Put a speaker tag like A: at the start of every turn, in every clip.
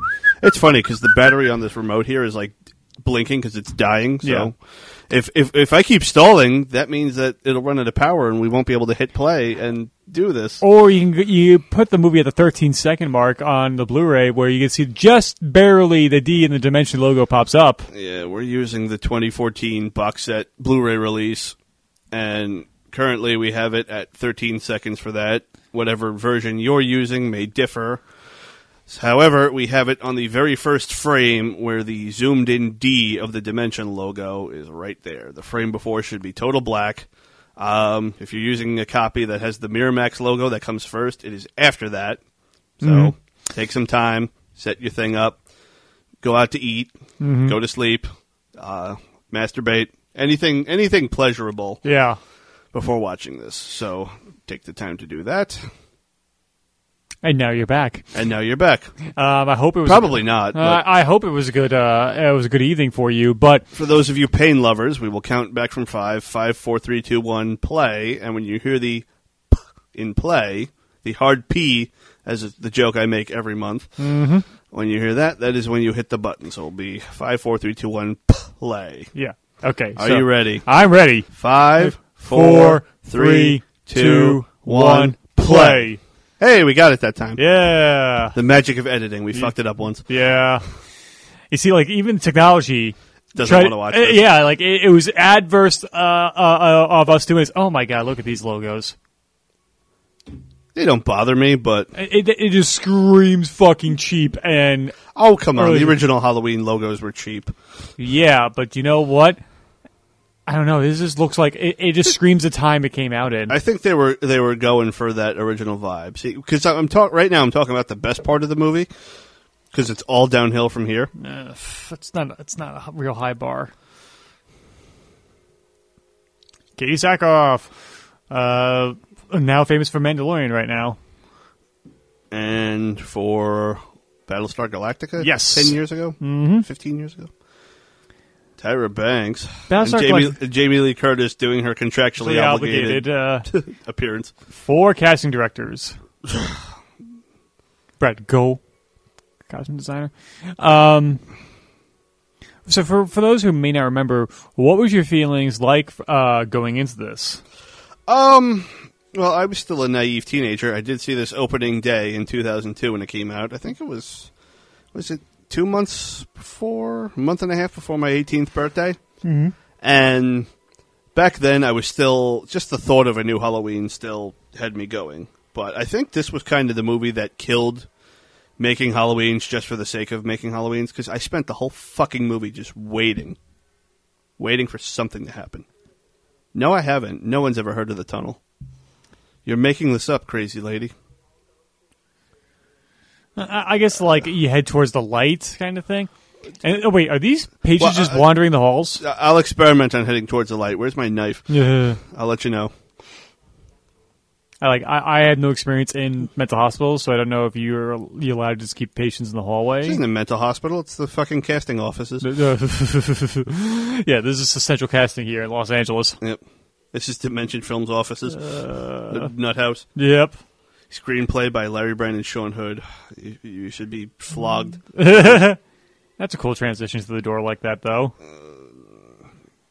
A: It's funny because the battery on this remote here is like blinking because it's dying. So
B: Yeah.
A: if, if if I keep stalling, that means that it'll run out of power and we won't be able to hit play and do this.
B: Or you can you put the movie at the 13 second mark on the Blu-ray, where you can see just barely the D and the Dimension logo pops up.
A: Yeah, we're using the 2014 box set Blu-ray release, and currently we have it at 13 seconds for that. Whatever version you're using may differ. However, we have it on the very first frame where the zoomed in D of the Dimension logo is right there. The frame before should be total black. Um, if you're using a copy that has the Miramax logo that comes first, it is after that. So take some time, set your thing up, go out to eat,
B: Mm-hmm.
A: go to sleep, uh, masturbate, anything, anything pleasurable
B: Yeah.
A: before watching this. So take the time to do that.
B: And now you're back.
A: And now you're back.
B: Um, I hope it was
A: Probably not.
B: Uh,
A: but-
B: I hope it was a good. Uh, it was a good evening for you. But
A: For those of you pain lovers, we will count back from five, five, four, three, two, one, play. And when you hear the p in play, the hard P, as is the joke I make every month, mm-hmm. when you hear that, that is when you hit the button. So it'll be five, four, three, two, one, play.
B: yeah. Okay.
A: Are
B: so-
A: you ready?
B: I'm ready.
A: Five,
B: Four,
A: four, three, two, one, play.
B: play.
A: Hey, we got it that time.
B: Yeah.
A: The magic of editing. We fucked it up once.
B: Yeah. You see, like even technology
A: Doesn't
B: tried-
A: want to watch
B: uh,
A: this.
B: Yeah, like it, it was adverse uh, uh, uh, of us doing this. Oh my god, look at these logos.
A: They don't bother me, but
B: It, it, it just screams fucking cheap. And
A: oh come on,
B: Early-
A: the original Halloween logos were cheap.
B: yeah, but you know what? I don't know. This just looks like it, it just screams the time it came out in.
A: I think they were they were going for that original vibe. See, because I'm talk right now. I'm talking about the best part of the movie because it's all downhill from here.
B: It's Uh, not. It's not a real high bar. Katie Sackhoff. Uh, now famous for Mandalorian right now.
A: and for Battlestar Galactica.
B: Yes.
A: ten years ago, mm-hmm. fifteen years ago. Tyra Banks,
B: Battlestar
A: and Jamie,
B: Galactica-
A: Jamie Lee Curtis doing her contractually obligated,
B: obligated uh,
A: appearance.
B: four casting directors. Brett Go, costume designer. Um, so for for those who may not remember, what was your feelings like uh, going into this?
A: Um, Well, I was still a naive teenager. I did see this opening day in 2002 when it came out. I think it was was it two months before, a month and a half before my 18th birthday. Mm-hmm. And back then, I was still just the thought of a new Halloween still had me going. But I think this was kind of the movie that killed making Halloweens just for the sake of making Halloweens because I spent the whole fucking movie just waiting, waiting for something to happen. No, I haven't. No one's ever heard of the tunnel. You're making this up, crazy lady.
B: I I guess like you head towards the light kind of thing. And oh wait, are these pages
A: Well,
B: just
A: uh,
B: wandering the halls?
A: I- I'll experiment on heading towards the light. Where's my knife?
B: Yeah.
A: I'll let you know.
B: I like I, I had no experience in mental hospitals, so I don't know if you're you allowed to just keep patients in the hallway.
A: This isn't a mental hospital. It's the fucking casting offices.
B: yeah, this is essential casting here in Los Angeles.
A: Yep. This is Dimension Films offices.
B: Uh.
A: The nut house.
B: Yep.
A: Screenplay by Larry Brand and Sean Hood. You, you should be flogged.
B: That's a cool transition to the door like that, though.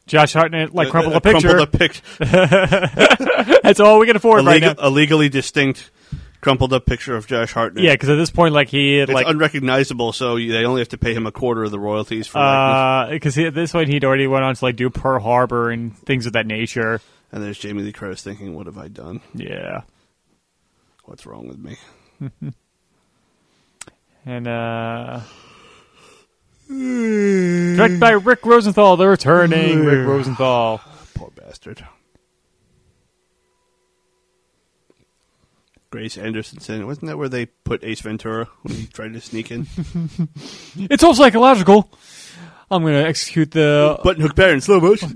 B: Josh Hartnett, like,
A: Uh,
B: crumple
A: uh,
B: a picture.
A: Crumpled a picture.
B: That's all we can afford
A: a,
B: right
A: legal-
B: now.
A: a legally distinct crumpled up picture of Josh Hartnett.
B: Yeah, because at this point, like, he had,
A: It's
B: like,
A: unrecognizable, so you- they only have to pay him a quarter of the royalties for likeness.
B: because uh, at this point, he'd already went on to, like, do Pearl Harbor and things of that nature.
A: And there's Jamie Lee Curtis thinking, what have I done?
B: Yeah.
A: What's wrong with me?
B: And, uh. Directed by Rick Rosenthal, the returning Rick Rosenthal.
A: Poor bastard. Grace Anderson. Wasn't that where they put Ace Ventura when he tried to sneak in?
B: It's all psychological. I'm going to execute the
A: Button hook bear in slow motion.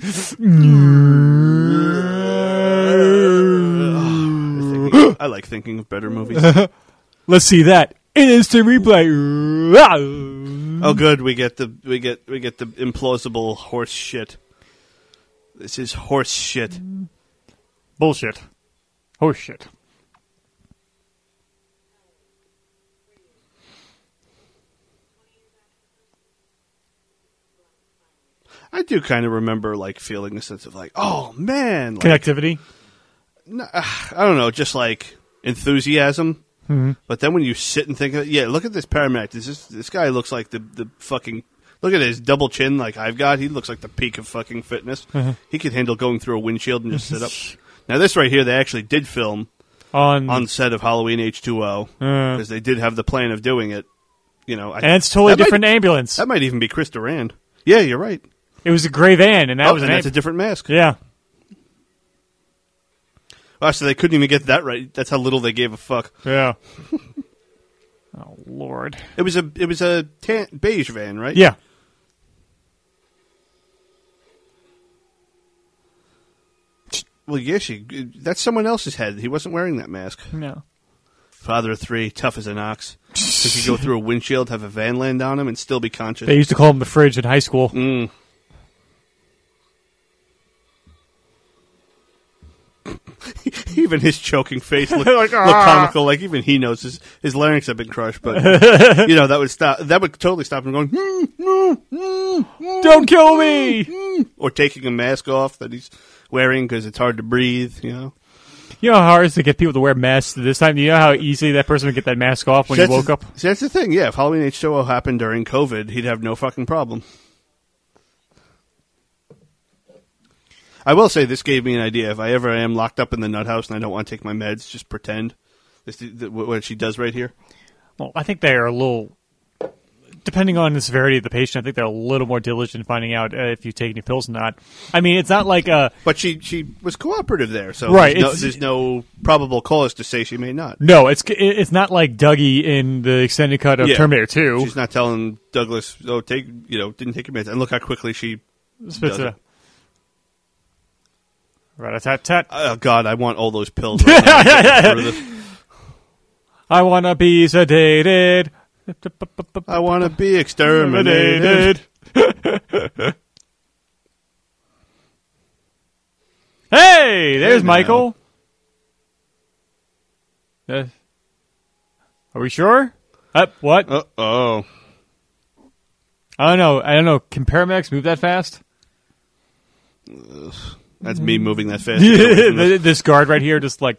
A: I like thinking of better movies.
B: Let's see that. An instant Ah. replay.
A: Oh, good. We get the we get we get the implausible horse shit. This is horse shit.
B: Bullshit.
A: Oh,
B: Horse shit.
A: I do kind of remember like feeling a sense of like, oh man, like,
B: Connectivity.
A: no, ah, I don't know, just like enthusiasm.
B: Mm-hmm.
A: But then when you sit and think of it, yeah, look at this Paramedic. This is, this guy looks like the the fucking look at his double chin like I've got. He looks like the peak of fucking fitness.
B: Mm-hmm.
A: He could handle going through a windshield and just sit up. Now this right here, they actually did film
B: On,
A: on set of Halloween H two O
B: Uh.
A: because they did have the plan of doing it. You know, I,
B: and it's totally
A: that might-
B: different ambulance.
A: that might even be Chris Durand. Yeah, you're right.
B: it was a gray van, and that
A: Oh,
B: was an
A: and that's a
B: ambulance.
A: different mask.
B: yeah.
A: Oh, so they couldn't even get that right. That's how little they gave a fuck.
B: Yeah. oh lord.
A: It was a it was a tan, beige van, right?
B: Yeah.
A: Well, yes, she, that's someone else's head. He wasn't wearing that mask.
B: No.
A: Father of three, tough as an ox. He could go through a windshield, have a van land on him, and still be conscious.
B: They used to call him the fridge in high school.
A: Mm. even his choking face looked,
B: Like,
A: looked
B: "Ah."
A: comical. Like even he knows his, his larynx have been crushed, but you know that would stop. That would totally stop him going. "Mm, mm, mm, mm."
B: Don't kill me.
A: or taking a mask off that he's wearing because it's hard to breathe. You know,
B: You know how hard it is to get people to wear masks this time. You know how easily that person would get that mask off when
A: See,
B: he
A: that's
B: woke
A: the-
B: up.
A: see, that's the thing. Yeah, if Halloween H2O happened during COVID, he'd have no fucking problem. I will say this gave me an idea. If I ever am locked up in the nut house and I don't want to take my meds, just pretend. This th- th- what she does right here.
B: Well, I think they are a little, depending on the severity of the patient, I think they're a little more diligent in finding out uh, if you take any pills or not. I mean, it's not like uh,
A: But she she was cooperative there, so
B: Right,
A: There's no,
B: it's-
A: there's no probable cause to say she may not.
B: no, it's it's not like Dougie in the extended cut of
A: Yeah.
B: Terminator Two.
A: She's not telling Douglas, "Oh, take you know, didn't take your meds." And look how quickly she
B: Spits it
A: does
B: out. Rat-a-tat-tat.
A: Oh God, I want all those pills. Right now. Get me through this.
B: I wanna be sedated.
A: I want to be exterminated.
B: Terminated. hey, there's
A: now.
B: Michael. Uh, are we sure? Uh, what?
A: Uh oh.
B: I don't know. I don't know. Can paramedics move that fast?
A: That's me moving that fast.
B: Th- this guard right here just like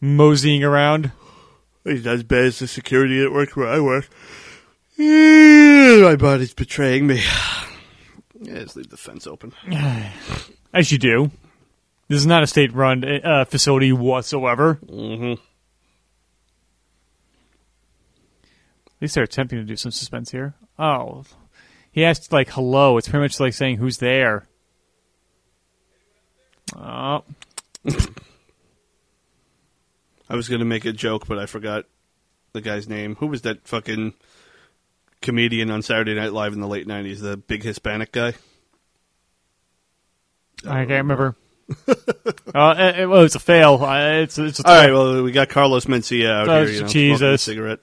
B: moseying around.
A: He's not as bad as the security at work where I work. Eh, My body's betraying me. Yeah, just leave the fence open.
B: As you do. This is not a state run uh, facility whatsoever. Mm-hmm. At least they're attempting to do some suspense here. Oh. He asked, like, hello. It's pretty much like saying, who's there? Oh.
A: I was gonna make a joke, but I forgot the guy's name. Who was that fucking comedian on Saturday Night Live in the late '90s? The big Hispanic guy.
B: I can't remember. uh, it, it- well, it's a fail. Uh, it's, it's a
A: All right, well, we got Carlos Mencia out
B: Oh,
A: here. You know,
B: Jesus.
A: smoking a cigarette.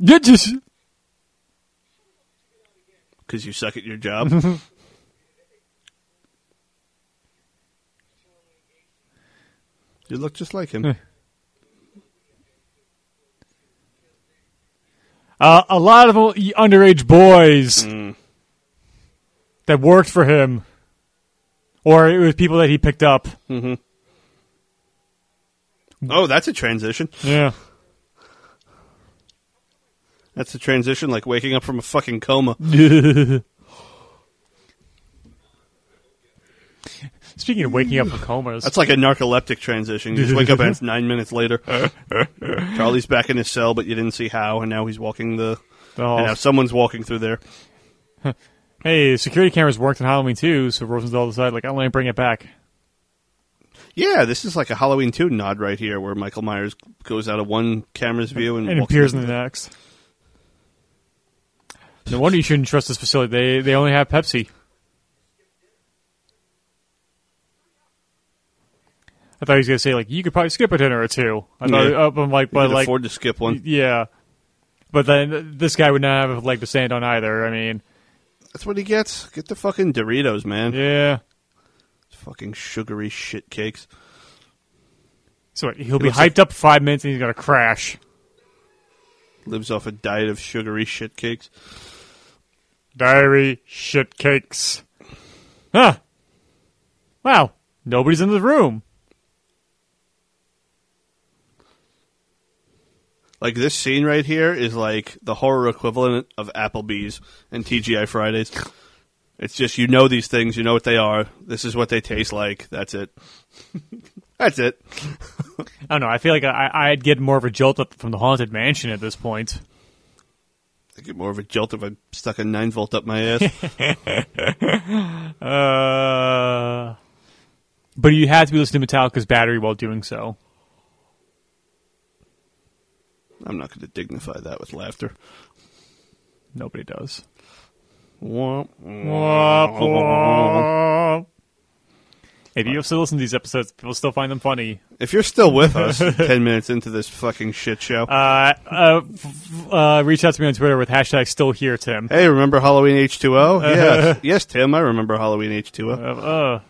B: You just-
A: because you suck at your job. you look just like him.
B: uh, a lot of underage boys that worked for him, or it was people that he picked up. Hmm.
A: oh, that's a transition.
B: Yeah.
A: That's a transition like waking up from a fucking coma.
B: Speaking of waking up from comas,
A: That's like a narcoleptic transition. You just wake up and it's nine minutes later. Charlie's back in his cell, but you didn't see how, and now he's walking the.
B: Oh.
A: And now someone's walking through there.
B: hey, security cameras worked on Halloween too, so Rosendahl decided, like, I'll only bring it back.
A: Yeah, this is like a Halloween 2 nod right here, where Michael Myers goes out of one camera's view and,
B: And it
A: walks
B: appears in the next. No wonder you shouldn't trust this facility. They they only have Pepsi. I thought he was gonna say like you could probably skip a dinner or two. I thought
A: Yeah.
B: uh, I'm like,
A: You
B: but
A: can
B: like,
A: afford to skip one.
B: yeah. But then uh, this guy would not have a leg to stand on either. I mean,
A: That's what he gets. Get the fucking Doritos, man.
B: yeah.
A: Fucking sugary shit cakes.
B: So what, he'll be
A: looks like-
B: hyped up five minutes and he's gonna crash.
A: lives off a diet of sugary shit cakes.
B: Diary shit cakes. Huh. Wow. Nobody's in the room.
A: Like this scene right here is like the horror equivalent of Applebee's and TGI Fridays. It's just you know these things, you know what they are. This is what they taste like. That's it. That's it.
B: I don't know. I feel like I, I'd get more of a jolt up from the haunted mansion at this point.
A: I get more of a jolt if I stuck a nine volt up my ass.
B: Uh, but you had to be listening to Metallica's Battery while doing so.
A: I'm not going to dignify that with laughter.
B: Nobody does.
A: Womp.
B: If you still listen to these episodes, people still find them funny.
A: If you're still with us, ten minutes into this fucking shit show.
B: Uh, uh, f- f- uh, reach out to me on Twitter with hashtag still here, Tim.
A: hey, remember Halloween H2O? Yes, yes, Tim. I remember Halloween H2O.
B: Uh, uh.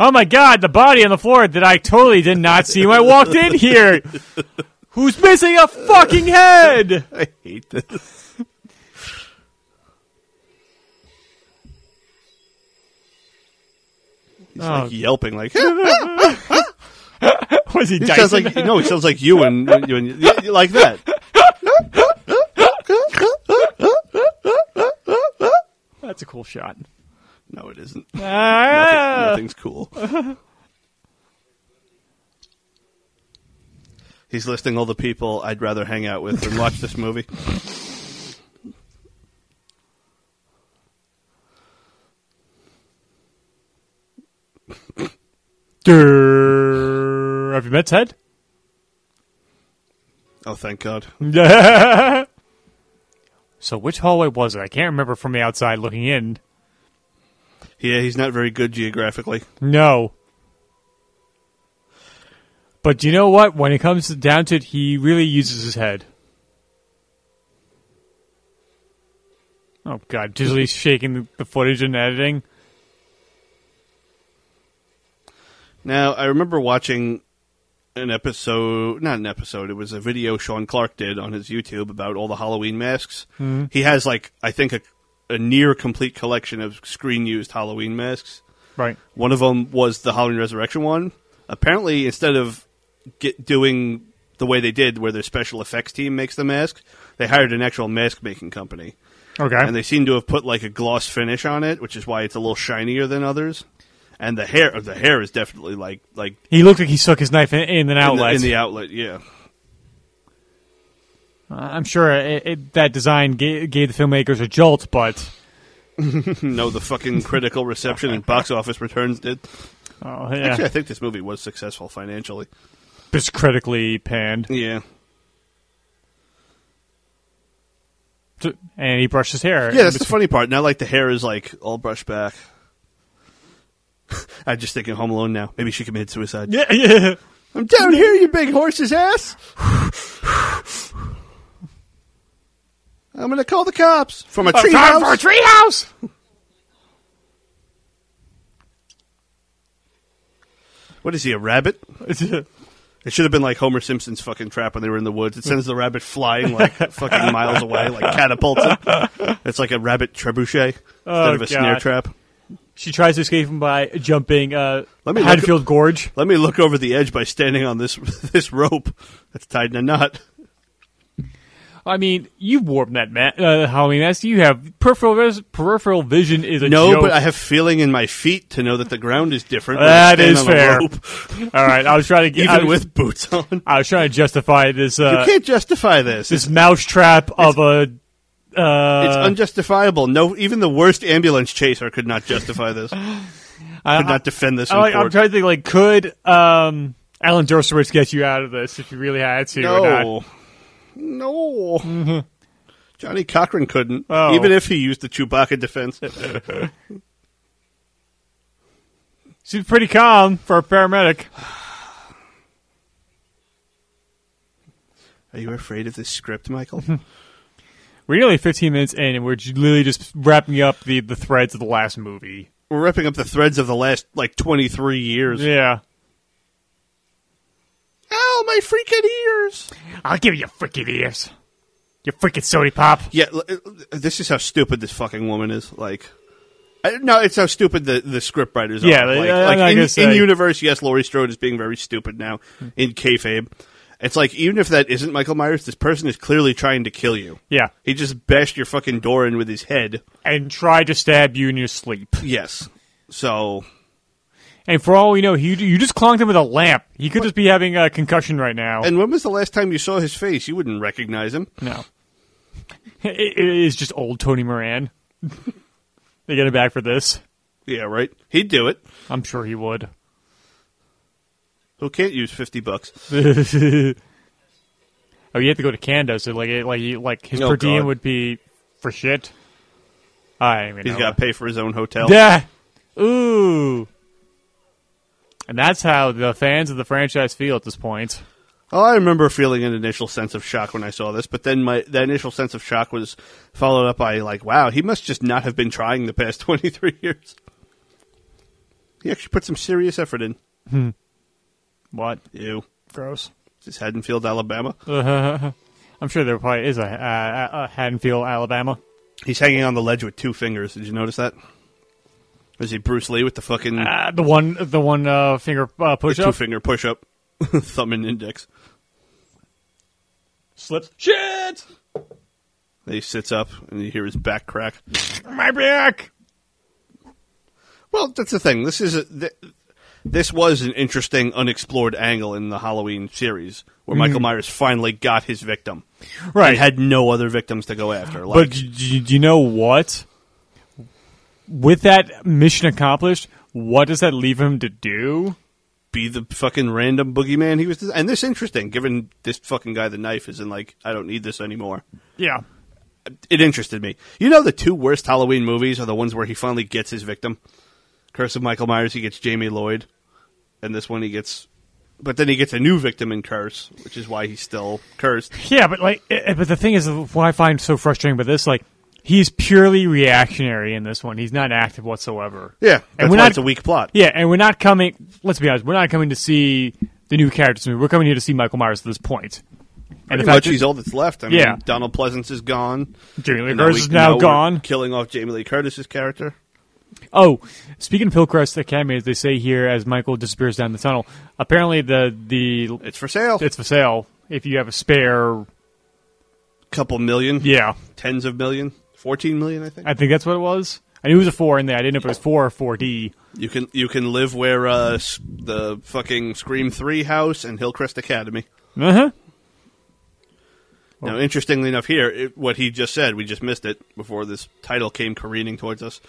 B: Oh my god, the body on the floor that I totally did not see when I walked in here. Who's missing a fucking head?
A: I hate this. He's
B: Oh.
A: like yelping, like he
B: Was he
A: sounds
B: Dyson?
A: like no, he sounds like you and, and you and y- y- like that.
B: That's a cool shot.
A: No, it isn't.
B: Ah!
A: Nothing's cool. He's listing all the people I'd rather hang out with than watch this movie.
B: Durr. Have you met Ted?
A: Oh, thank God!
B: Why So which hallway was it? I can't remember from the outside looking in.
A: Yeah, he's not very good geographically.
B: No. But you know what? When it comes down to it, he really uses his head. Oh god, Disley's shaking the- the footage and editing.
A: Now, I remember watching an episode, not an episode, it was a video Sean Clark did on his YouTube about all the Halloween masks. He has, like, I think a, a near complete collection of screen used Halloween masks.
B: Right.
A: One of them was the Halloween Resurrection one. Apparently, instead of get, doing the way they did, where their special effects team makes the mask, they hired an actual mask making company.
B: Okay.
A: and they seem to have put like a gloss finish on it, which is why it's a little shinier than others. And the hair, the hair is definitely like like
B: he looked like he stuck his knife in, in an
A: in
B: outlet.
A: the, in the outlet, yeah.
B: I'm sure it, it, that design gave, gave the filmmakers a jolt, but
A: Hmm, no, the fucking critical reception and box office returns did.
B: oh, yeah,
A: Actually, I think this movie was successful financially.
B: it's critically panned.
A: Yeah,
B: T- And he brushed his hair.
A: yeah. That's the funny part. Now, like the hair is like all brushed back. I'm just thinking Home Alone now. Maybe she committed suicide.
B: yeah, yeah.
A: I'm down here, you big horse's ass. I'm gonna call the cops from a tree
B: Time for a treehouse.
A: What is he, a rabbit? It should have been like Homer Simpson's fucking trap when they were in the woods. It sends the rabbit flying like fucking miles away, like catapults it. It's like a rabbit trebuchet instead
B: Oh,
A: of a
B: God.
A: snare trap.
B: she tries to escape him by jumping uh,
A: Let me look-
B: Haddonfield Gorge.
A: Let me look over the edge by standing on this this rope that's tied in a knot.
B: I mean, you've warped that ma- uh, Halloween mask. You have peripheral vis- peripheral vision is a
A: No,
B: joke.
A: but I have feeling in my feet to know that the ground is different. when I
B: That
A: stand
B: is
A: on a
B: fair.
A: rope,
B: All right, I was trying to get I
A: even
B: was-
A: with boots on,
B: I was trying to justify this
A: you
B: uh,
A: can't justify this. It's,
B: this mousetrap of a. Uh,
A: it's unjustifiable. No, even the worst ambulance chaser could not justify this. Could
B: I-
A: not defend this. In
B: I, like, I'm
A: court.
B: trying to think. Like, could um, Alan Dershowitz get you out of this if you really had to? Or not?
A: No. No. Johnny Cochran couldn't,
B: Oh.
A: even if he used the Chewbacca defense.
B: She's pretty calm for a paramedic.
A: Are you afraid of this script, Michael?
B: We're nearly 15 minutes in, and we're j- literally just wrapping up the the threads of the last movie.
A: We're wrapping up the threads of the last, like, 23 years.
B: Yeah,
A: Ow, my freaking ears!
B: I'll give you your freaking ears, you freaking soda pop.
A: Yeah, l- l- this is how stupid this fucking woman is. Like, I, no, it's how stupid the, the script writers
B: Yeah,
A: are.
B: they-
A: Like,
B: I'm
A: like
B: not
A: in,
B: gonna say-
A: in universe, yes, Laurie Strode is being very stupid now in kayfabe. It's like, even if that isn't Michael Myers, this person is clearly trying to kill you.
B: Yeah,
A: He just bashed your fucking door in with his head.
B: and try to stab you in your sleep.
A: Yes. So
B: And for all we know, he you just clonked him with a lamp. He could just be having a concussion right now.
A: and when was the last time you saw his face? You wouldn't recognize him.
B: No. It, it is just old Tony Moran. they get him back for this.
A: Yeah, right. He'd do it.
B: I'm sure he would.
A: Who can't use fifty bucks?
B: oh, you have to go to Canada, so like, it, like, you- like his
A: Oh,
B: per diem
A: God.
B: would be for shit. I mean,
A: He's got to pay for his own hotel.
B: yeah. Ooh. And that's how the fans of the franchise feel at this point.
A: Oh, I remember feeling an initial sense of shock when I saw this, but then my that initial sense of shock was followed up by like, wow, he must just not have been trying the past twenty three years. He actually put some serious effort in.
B: What?
A: Ew.
B: Gross.
A: Is this Haddonfield, Alabama?
B: I'm sure there probably is a, a, a Haddonfield, Alabama.
A: He's hanging on the ledge with two fingers. Did you notice that? Is he Bruce Lee with the fucking
B: Uh, the one, the one uh, finger uh, push
A: two
B: up.
A: finger push up, thumb and index.
B: Slips. Shit!
A: Then he sits up and you hear his back crack.
B: My back!
A: Well, that's the thing. This is a, th- this was an interesting, unexplored angle in the Halloween series where Michael Myers finally got his victim.
B: Hmm. Right.
A: He had no other victims to go after. Like,
B: But do, do- do you know what? With that mission accomplished, what does that leave him to do?
A: be the fucking random boogeyman he was. And this interesting, given this fucking guy the knife is in like, I don't need this anymore.
B: Yeah.
A: it interested me. You know, the two worst Halloween movies are the ones where he finally gets his victim. Curse of Michael Myers, he gets Jamie Lloyd, and this one he gets, but then he gets a new victim in Curse, which is why he's still cursed.
B: Yeah, but like, eh, but the thing is, what I find so frustrating about this, like, he's purely reactionary in this one. He's not active whatsoever.
A: Yeah,
B: and
A: that's
B: we're
A: why
B: not.
A: it's a weak plot.
B: yeah, and we're not coming. Let's be honest, we're not coming to see the new characters. We're coming here to see Michael Myers at this point. And
A: Pretty
B: the
A: much,
B: fact that
A: he's all that's left. I
B: Yeah.
A: mean, Donald Pleasance is gone.
B: Jamie Lee
A: And now
B: Curtis
A: we
B: is now
A: know we're
B: gone.
A: killing off Jamie Lee Curtis's character.
B: Oh, speaking of Hillcrest Academy, as they say here, as Michael disappears down the tunnel, apparently the the
A: It's for sale.
B: it's for sale if you have a spare.
A: couple million,
B: Yeah,
A: tens of million, fourteen million, I think.
B: I think that's what it was. I knew it was a four in there. I didn't know if it was four or four D.
A: You can you can live where uh, s- the fucking Scream Three house and Hillcrest Academy.
B: Uh huh.
A: Now, interestingly enough, here it, what he just said, we just missed it before this title came careening towards us.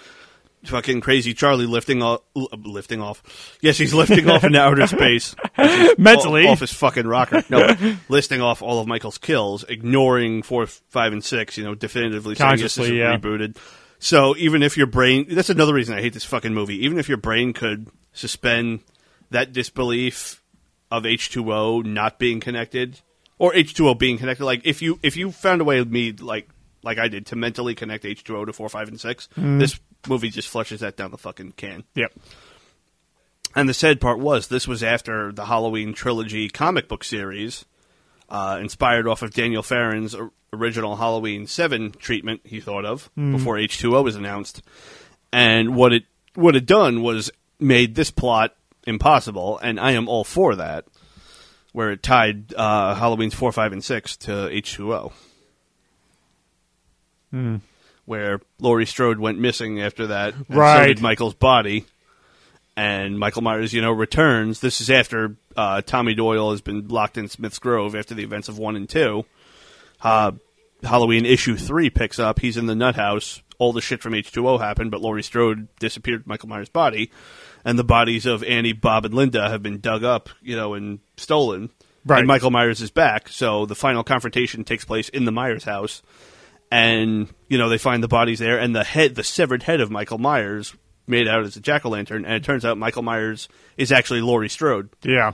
A: Fucking crazy Charlie lifting off, lifting off. Yes, he's lifting off into outer space
B: Mentally,
A: off, off his fucking rocker. No, listing off all of Michael's kills, ignoring four, five, and six. You know, definitively saying yes, this
B: Consciously,
A: is
B: yeah.
A: rebooted. So even if your brain—that's another reason I hate this fucking movie. Even if your brain could suspend that disbelief of H two O not being connected or H two O being connected, like if you if you found a way with me like like I did to mentally connect H two O to four, five, and six,
B: Mm.
A: this movie just flushes that down the fucking can.
B: Yep.
A: And the sad part was this was after the Halloween trilogy comic book series, uh, inspired off of Daniel Farren's or- original Halloween 7 treatment he thought of before H2O was announced. And what it what it done was made this plot impossible, and I am all for that, where it tied uh, Halloween's 4, 5, and 6 to H2O. Where Laurie Strode went missing after that, and so
B: Right.
A: did Michael's body and Michael Myers, you know, returns. This is after uh, Tommy Doyle has been locked in Smith's Grove after the events of one and two. Uh, Halloween issue three picks up. He's in the nut house. All the shit from H2O happened, but Laurie Strode disappeared with Michael Myers' body, and the bodies of Annie, Bob, and Linda have been dug up, you know, and stolen.
B: Right.
A: And Michael Myers is back, so the final confrontation takes place in the Myers house and you know they find the bodies there and the head the severed head of michael myers made out as a jack-o'-lantern and it turns out michael myers is actually laurie strode
B: Yeah.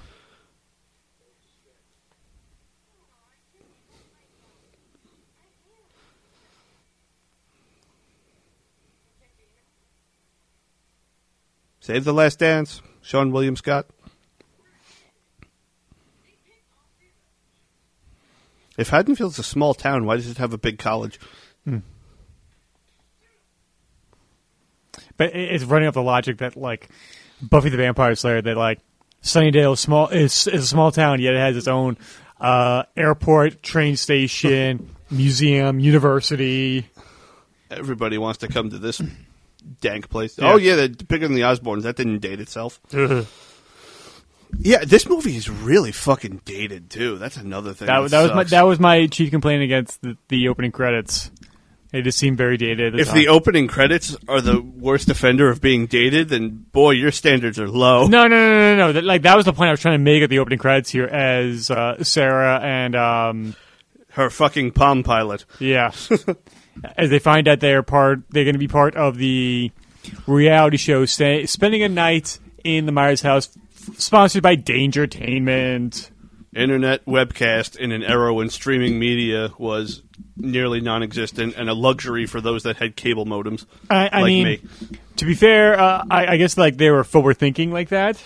A: save the last dance sean william scott if haddonfield's a small town why does it have a big college
B: But it- it's running off the logic that like Buffy the Vampire Slayer that like Sunnydale is small is, is a small town yet it has its own uh, airport, train station, museum, university.
A: everybody wants to come to this dank place
B: Yeah.
A: oh yeah they're bigger than the osbournes that didn't date itself
B: that
A: yeah this movie is really fucking dated too that's another thing
B: that
A: that,
B: was my
A: sucks.
B: that was my chief complaint against the, the opening credits. It just seemed very dated. at
A: If
B: time.
A: the opening credits are the worst offender of being dated, then boy, your standards are low.
B: no, no, no, no, no, no. That, like that was the point I was trying to make at the opening credits here, as uh, Sarah and um,
A: Her fucking palm pilot.
B: Yeah. As they find out they're part, they're going to be part of the reality show, stay, spending a night in the Myers house, f- sponsored by Dangertainment.
A: Internet webcast in an era when streaming media was nearly non-existent and a luxury for those that had cable modems,
B: I, I
A: like
B: mean,
A: me.
B: to be fair, uh, I, I guess like they were forward thinking like that.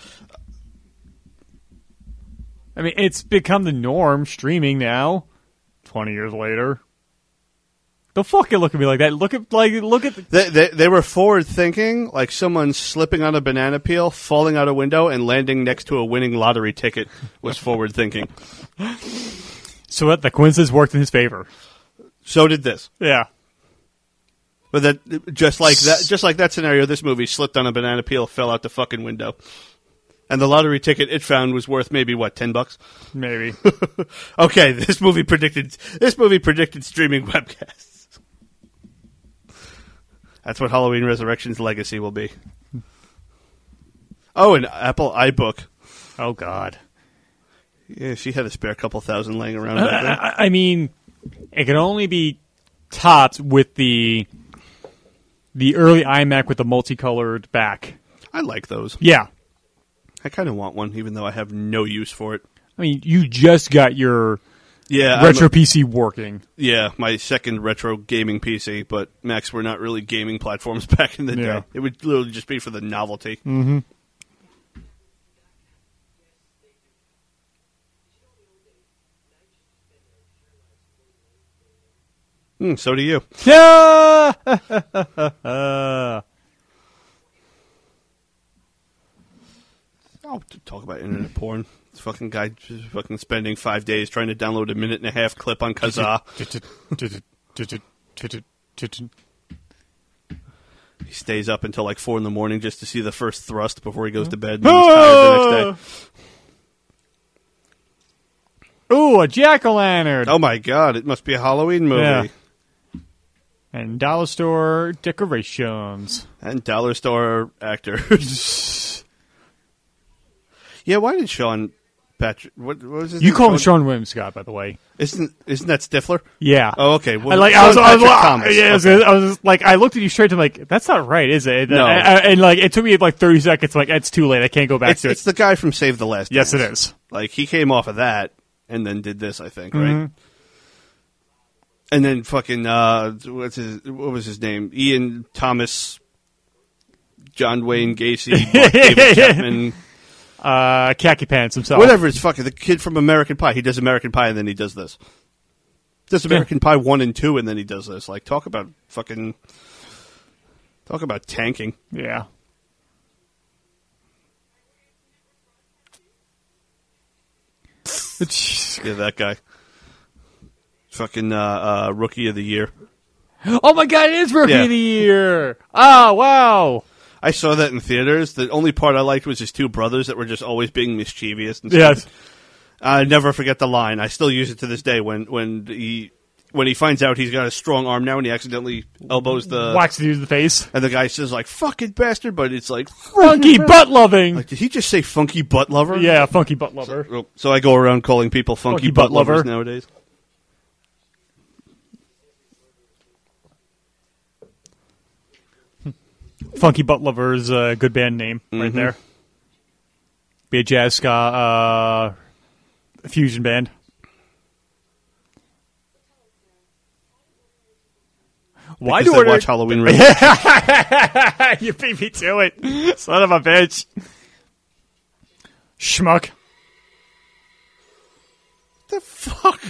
B: I mean, it's become the norm streaming now. Twenty years later, don't fucking look at me like that. Look at like look at the,
A: They, they, they were forward-thinking, like someone slipping on a banana peel, falling out a window, and landing next to a winning lottery ticket was forward-thinking.
B: so that the coincidence worked in his favor.
A: So did this.
B: Yeah.
A: But that just like that, just like that scenario, this movie slipped on a banana peel, fell out the fucking window, and the lottery ticket it found was worth maybe what ten bucks.
B: Maybe.
A: Okay, this movie predicted this movie predicted streaming webcasts. That's what Halloween Resurrection's legacy will be. Oh, and Apple iBook.
B: oh God.
A: Yeah, she had a spare couple thousand laying around back there.
B: I, I mean, it can only be topped with the the early iMac with the multicolored back.
A: I like those.
B: Yeah,
A: I kind of want one, even though I have no use for it.
B: I mean, you just got your
A: Yeah, I'm a-
B: retro PC working.
A: yeah, my second retro gaming PC, but Macs were not really gaming platforms back in the
B: Yeah.
A: day. It would literally just be for the novelty. Mm, so do you.
B: Yeah.
A: Oh, t- talk about internet porn. This fucking guy just fucking spending five days trying to download a minute and a half clip on Kazaa. He stays up until like four in the morning just to see the first thrust before he goes to bed. And then he's tired the next day.
B: Ooh, a jack o' lantern.
A: Oh my god! It must be a Halloween movie.
B: Yeah. And dollar store decorations.
A: and dollar store actors. yeah, why did Sean Patrick? What, what was his
B: You
A: name?
B: call him Sean Williams Scott, by the way.
A: Isn't isn't that Stifler?
B: Yeah.
A: Oh, okay. Well,
B: I like I was,
A: Sean
B: I was,
A: Patrick
B: I
A: Thomas.
B: yeah, I was,
A: Okay.
B: I was just, like I looked at you straight and I'm like that's not right, is it? And,
A: No.
B: I- I- and like it took me like 30 seconds. Like it's too late. I can't go back
A: It's,
B: to
A: it's
B: it.
A: the guy from Save the Last.
B: Yes, it
A: Dance.
B: is.
A: Like he came off of that and then did this, I think, right?
B: Mm-hmm.
A: And then fucking uh, what's his what was his name? Ian Thomas, John Wayne Gacy, Mark David Chapman,
B: Uh, khaki pants himself.
A: whatever. It's fucking the kid from American Pie. He does American Pie and then he does this. Does American Pie one and two and then he does this. Like talk about fucking talk about tanking.
B: Yeah.
A: Yeah, that guy. Fucking uh, uh, rookie of the year.
B: Oh my god, it is rookie
A: Yeah.
B: of the year. Oh wow.
A: I saw that in theaters. The only part I liked was his two brothers that were just always being mischievous. And
B: Yes.
A: stupid. I never forget the line. I still use it to this day. When when he when he finds out he's got a strong arm now and he accidentally elbows the
B: Wax you in the face.
A: and the guy says like "fucking bastard," but it's like,
B: Funky butt loving.
A: like did he just say "funky butt lover"?
B: Yeah, funky butt lover.
A: So, so I go around calling people funky,
B: Funky
A: butt,
B: butt lover.
A: lovers nowadays.
B: Funky butt lover is a good band name
A: Mm-hmm.
B: right there. Be a jazz ska uh, fusion band. Why
A: Because
B: do
A: they
B: order?
A: watch Halloween? Red-
B: you beat me to it, son of a bitch. Schmuck.
A: the fuck?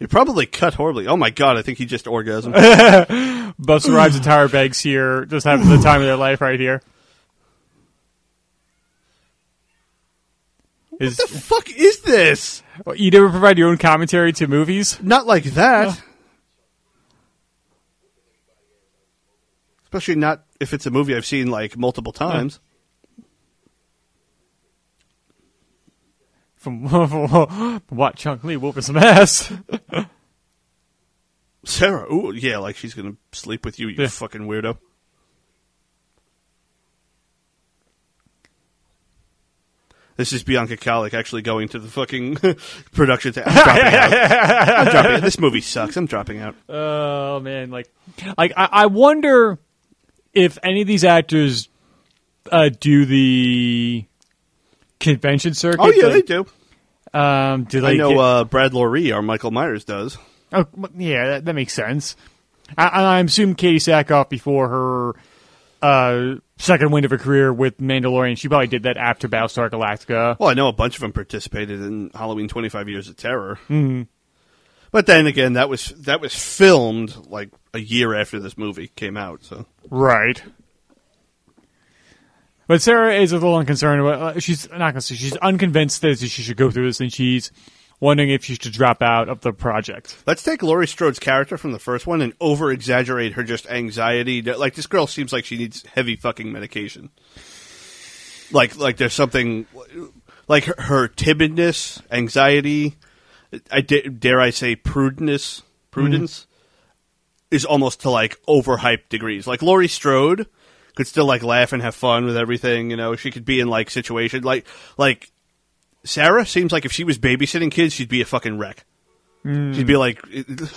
A: You probably cut horribly. Oh my god! I think he just orgasmed.
B: Buster Rhymes and Tyra Banks here, just having the time of their life right here. Is,
A: the fuck is this?
B: you never provide your own commentary to movies?
A: Not like that. Especially not if it's a movie I've seen like multiple times.
B: From, from what Chunk Lee whooping some ass.
A: Sarah, ooh, yeah, like she's gonna sleep with you, you
B: Yeah.
A: fucking weirdo. This is Bianca Calic actually going to the fucking production. Ta- I'm dropping out. I'm dropping out. This movie sucks. I'm dropping out.
B: Oh man, like, like I, I wonder if any of these actors uh, do the convention circuit.
A: Oh yeah, they
B: like,
A: do.
B: um, do they
A: I know
B: get-
A: uh, Brad Laurie or Michael Myers does.
B: Oh, m- yeah, that, that makes sense. I, I assume Katie Sackhoff before her uh, second wind of her career with Mandalorian, she probably did that after Battlestar Galactica.
A: Well, I know a bunch of them participated in Halloween 25 Years of Terror. Mm-hmm. But then again, that was that was filmed like a year after this movie came out. So
B: Right. But Sarah is a little unconcerned. About, uh, she's not gonna say she's unconvinced that she should go through this, and she's wondering if she should drop out of the project.
A: let's take Laurie Strode's character from the first one and over exaggerate her just anxiety. Like this girl seems like she needs heavy fucking medication. Like like there's something like her, her timidness, anxiety, I da- dare I say prudness, prudence.
B: Mm-hmm.
A: is almost to like overhyped degrees. Like Laurie Strode could still like laugh and have fun with everything, you know. She could be in like situation like like Sarah seems like if she was babysitting kids, she'd be a fucking wreck. She'd be like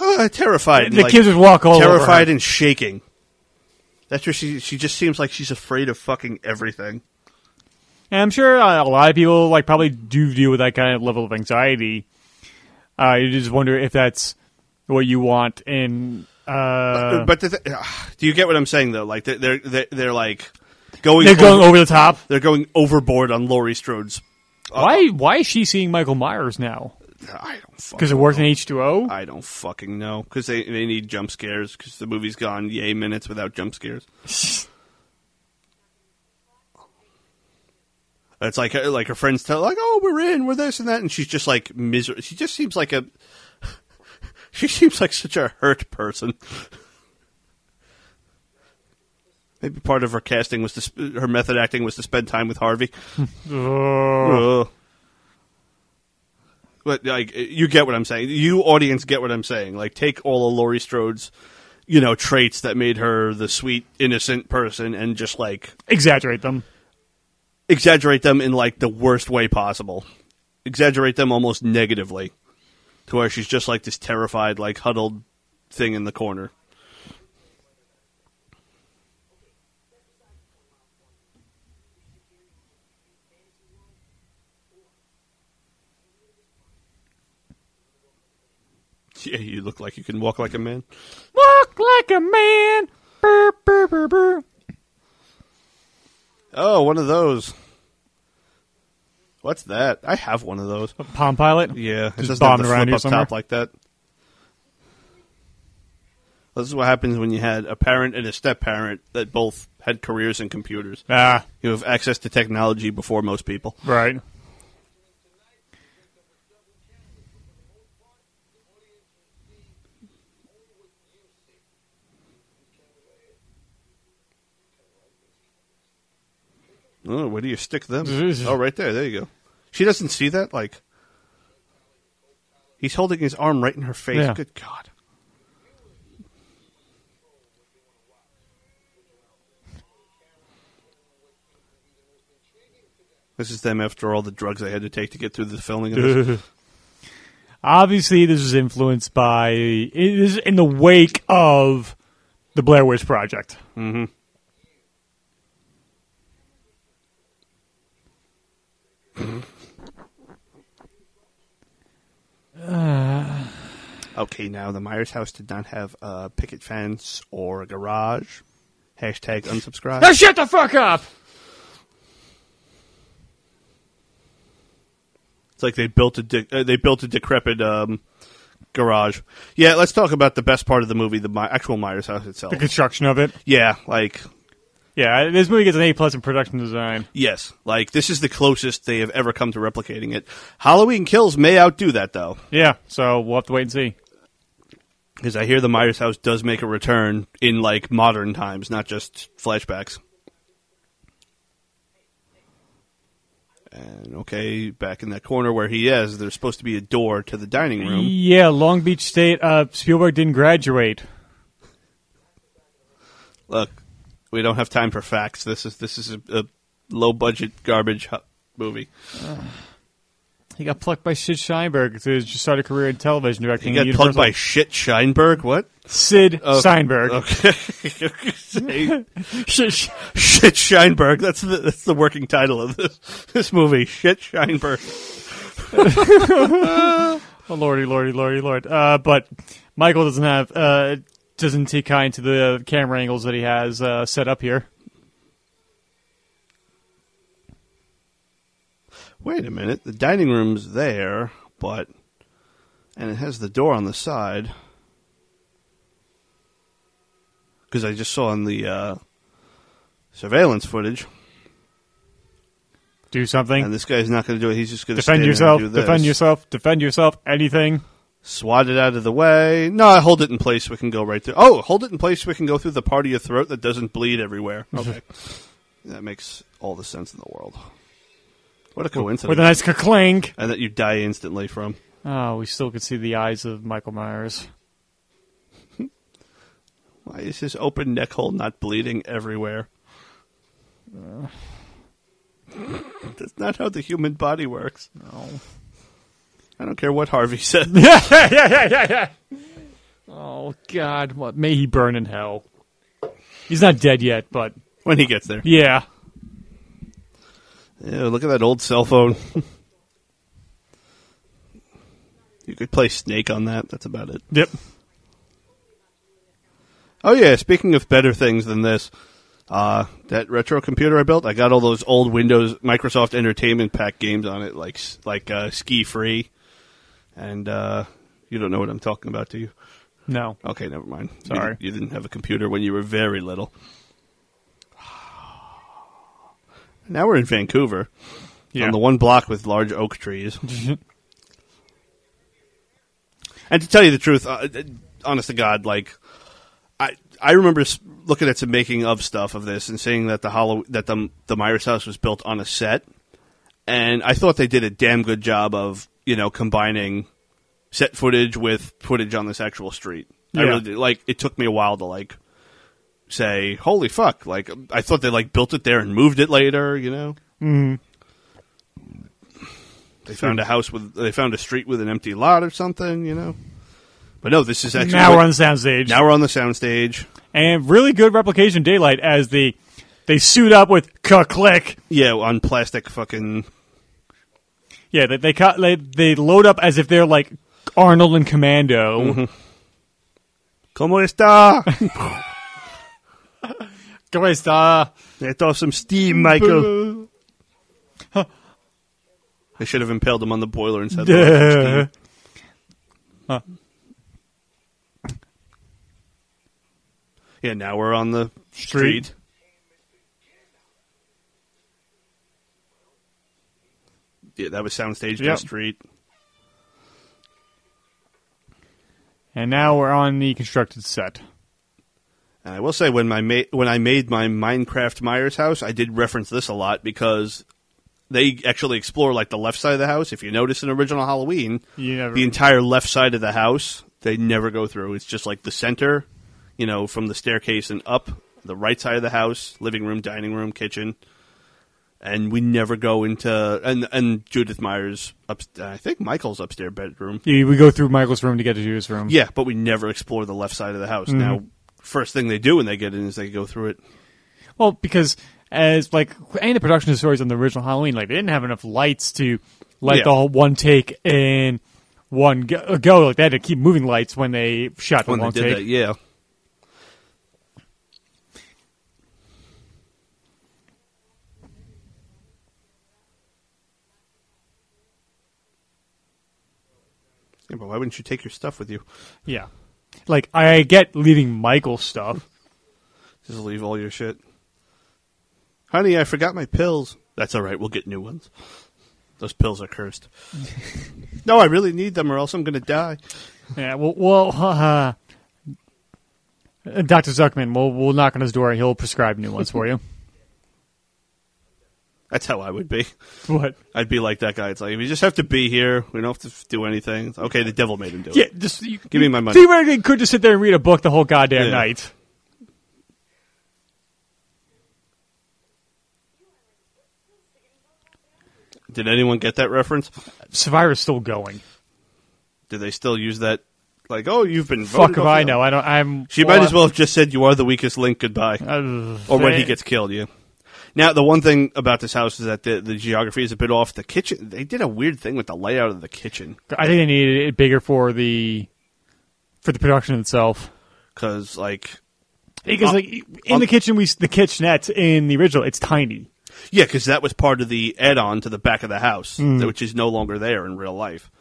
A: "Ah, terrified. and,
B: Mm. The
A: like,
B: kids would walk all over her.
A: terrified and shaking. That's where she she just seems like she's afraid of fucking everything.
B: And I'm sure uh, a lot of people like probably do deal with that kind of level of anxiety. Uh, you just wonder if that's what you want in. Uh,
A: but the th- ah, do you get what I'm saying though? Like they're they're they're, they're like going
B: they're going
A: over-
B: over the top.
A: they're going overboard on Laurie Strode's. Uh,
B: Why? Why is she seeing Michael Myers now?
A: I don't fucking
B: Because it worked in H two O.
A: I don't fucking know because they they need jump scares because the movie's gone yay minutes without jump scares. It's like like her friends tell like oh we're in we're this and that and she's just like miser. She just seems like a she seems like such a hurt person. Maybe part of her casting was to sp- her method acting was to spend time with Harvey. Ugh. But like you get what I'm saying. You audience get what I'm saying. Like take all of Laurie Strode's, you know, traits that made her the sweet, innocent person, and just like
B: Exaggerate them.
A: exaggerate them in like the worst way possible. Exaggerate them almost negatively, to where she's just like this terrified, like huddled thing in the corner. Yeah, you look like you can walk like a man.
B: Walk like a man. Brr, brr, brr, brr.
A: Oh, one of those. What's that? I have one of those.
B: Palm pilot.
A: Yeah,
B: Just
A: it doesn't have
B: bombed
A: to
B: around
A: flip
B: here
A: up
B: somewhere.
A: top like that. This is what happens when you had a parent and a step parent that both had careers in computers.
B: Ah,
A: You have access to technology before most people.
B: right.
A: Oh, where do you stick them?
B: This is-
A: oh, right there. There you go. She doesn't see that. Like he's holding his arm right in her face.
B: Yeah.
A: Good God. This is them after all the drugs they had to take to get through the filming of this.
B: Obviously, this is influenced by it is in the wake of the Blair Witch Project.
A: Okay, now the Myers house did not have a picket fence or a garage. Hashtag unsubscribe.
B: Now shut the fuck up.
A: It's like they built a de- uh, they built a decrepit um, garage. Yeah, let's talk about the best part of the movie, the My- actual Myers house itself.
B: The construction of it.
A: yeah, like
B: Yeah, this movie gets an A plus in production design.
A: yes, like this is the closest they have ever come to replicating it. Halloween Kills may outdo that though,
B: Yeah, so we'll have to wait and see.
A: because I hear the Myers house does make a return in like modern times, not just flashbacks. And okay, back in that corner where he is, there's supposed to be a door to the dining room.
B: Yeah, Long Beach State. Uh, Spielberg didn't graduate.
A: look, we don't have time for facts. This is this is a, a low budget garbage hu- movie.
B: He got plucked by Sid Sheinberg to just start a career in television
A: He
B: directing.
A: got
B: at
A: plugged by
B: Universal.
A: shit Scheinberg. What?
B: Sid
A: Oh,
B: Steinberg.
A: Okay. Say,
B: Sh-
A: shit Scheinberg. That's the that's the working title of this this movie. Shit Scheinberg.
B: Oh, lordy, lordy, lordy, lord. Uh, but Michael doesn't have uh, doesn't take kind to the camera angles that he has uh, set up here.
A: Wait a minute. The dining room's there, but and it has the door on the side. Because I just saw on the uh, surveillance footage
B: Do something.
A: And this guy's not going to do it. He's just going to
B: defend yourself. Defend yourself. Defend yourself. Anything.
A: Swat it out of the way. No, I hold it in place. so We can go right through. Oh, hold it in place. so We can go through the part of your throat that doesn't bleed everywhere. Okay, that makes all the sense in the world. What a
B: With a
A: coincidence!
B: nice clink.
A: and that you die instantly from.
B: Oh, we still could see the eyes of Michael Myers.
A: Why is his open neck hole not bleeding everywhere? That's not how the human body works.
B: No.
A: I don't care what Harvey said.
B: Oh. yeah, yeah, yeah, yeah, yeah. Oh God, what? May he burn in hell. He's not dead yet, but
A: when he gets there.
B: yeah.
A: Ew, look at that old cell phone. you could play Snake on that. That's about it.
B: Yep.
A: Oh yeah, speaking of better things than this, uh, that retro computer I built, I got all those old Windows Microsoft Entertainment Pack games on it, like like uh, Ski Free, and uh, you don't know what I'm talking about, do you?
B: No.
A: Okay, never mind. You
B: Sorry.
A: didn't- you didn't have a computer when you were very little. Now we're in Vancouver, on the one block with large oak trees. And to tell you the truth, uh, uh, honest to God, like I I remember s- looking at some making of stuff of this and seeing that the hollow that the the Myers house was built on a set, and I thought they did a damn good job of you know combining set footage with footage on this actual street. I
B: Yeah.
A: really did. like it took me a while to like say holy fuck like I thought they like built it there and moved it later you know. They found a house with they found a street with an empty lot or something, you know. But no, this is actually
B: now
A: what-
B: we're on the soundstage.
A: now we're on the soundstage.
B: and really good replication daylight as the they suit up with click.
A: Yeah, on plastic fucking.
B: Yeah, they they, cut, they they load up as if they're like Arnold and Commando.
A: Mm-hmm. Como esta?
B: Come on, star.
A: Let off some steam, Michael. I should have impaled him on the boiler instead. of
B: Duh.
A: Yeah, now we're on the
B: Street.
A: street. Yeah, that was soundstage
B: Yep.
A: the street.
B: And now we're on the constructed set.
A: And I will say when my ma- when I made my Minecraft Myers house, I did reference this a lot because they actually explore like the left side of the house. If you notice in original Halloween,
B: You never-
A: the entire left side of the house they never go through. It's just like the center, you know, from the staircase and up, the right side of the house, living room, dining room, kitchen. And we never go into and and Judith Myers up I think Michael's upstairs bedroom.
B: Yeah, We go through Michael's room to get to Judith's room.
A: Yeah, but we never explore the left side of the house.
B: Mm-hmm.
A: Now, first thing they do when they get in is they go through it.
B: Well, because as like any of the production stories on the original Halloween, like they didn't have enough lights to light
A: Yeah.
B: the whole one take in one go, uh, go. Like they had to keep moving lights when they shot the
A: when they
B: long
A: did
B: take.
A: that. Yeah. Yeah, but why wouldn't you take your stuff with you?
B: Yeah. Like I get leaving Michael stuff.
A: Just leave all your shit. Honey, I forgot my pills. That's all right. We'll get new ones. Those pills are cursed. no, I really need them, or else I'm going to die.
B: Yeah. Well, well, uh, Doctor Zuckman, we'll we'll knock on his door and he'll prescribe new ones for you.
A: That's how I would be.
B: What?
A: I'd be like that guy. It's like, we just have to be here. We don't have to do anything. It's Okay, the devil made him do
B: Yeah.
A: it.
B: Just you,
A: Give me my money.
B: Theoretically, you could just sit there and read a book the whole goddamn
A: Yeah.
B: night.
A: Did anyone get that reference?
B: Survivor's still going.
A: Do they still use that? Like, oh, you've been
B: Fuck if
A: voted off
B: I
A: now.
B: know. I don't. I'm.
A: She might as well have just said, "You are the weakest link." Goodbye.
B: Uh,
A: or when he
B: they-
A: gets killed, yeah. Now, the one thing about this house is that the, the geography is a bit off. The kitchen, they did a weird thing with the layout of the kitchen
B: I think they needed it bigger for the for the production itself.
A: because, like,
B: Because
A: Uh,
B: like in the kitchen, we s- the kitchenette in the original, it's tiny.
A: yeah, because that was part of the add-on to the back of the house,
B: Mm.
A: th- which is no longer there in real life.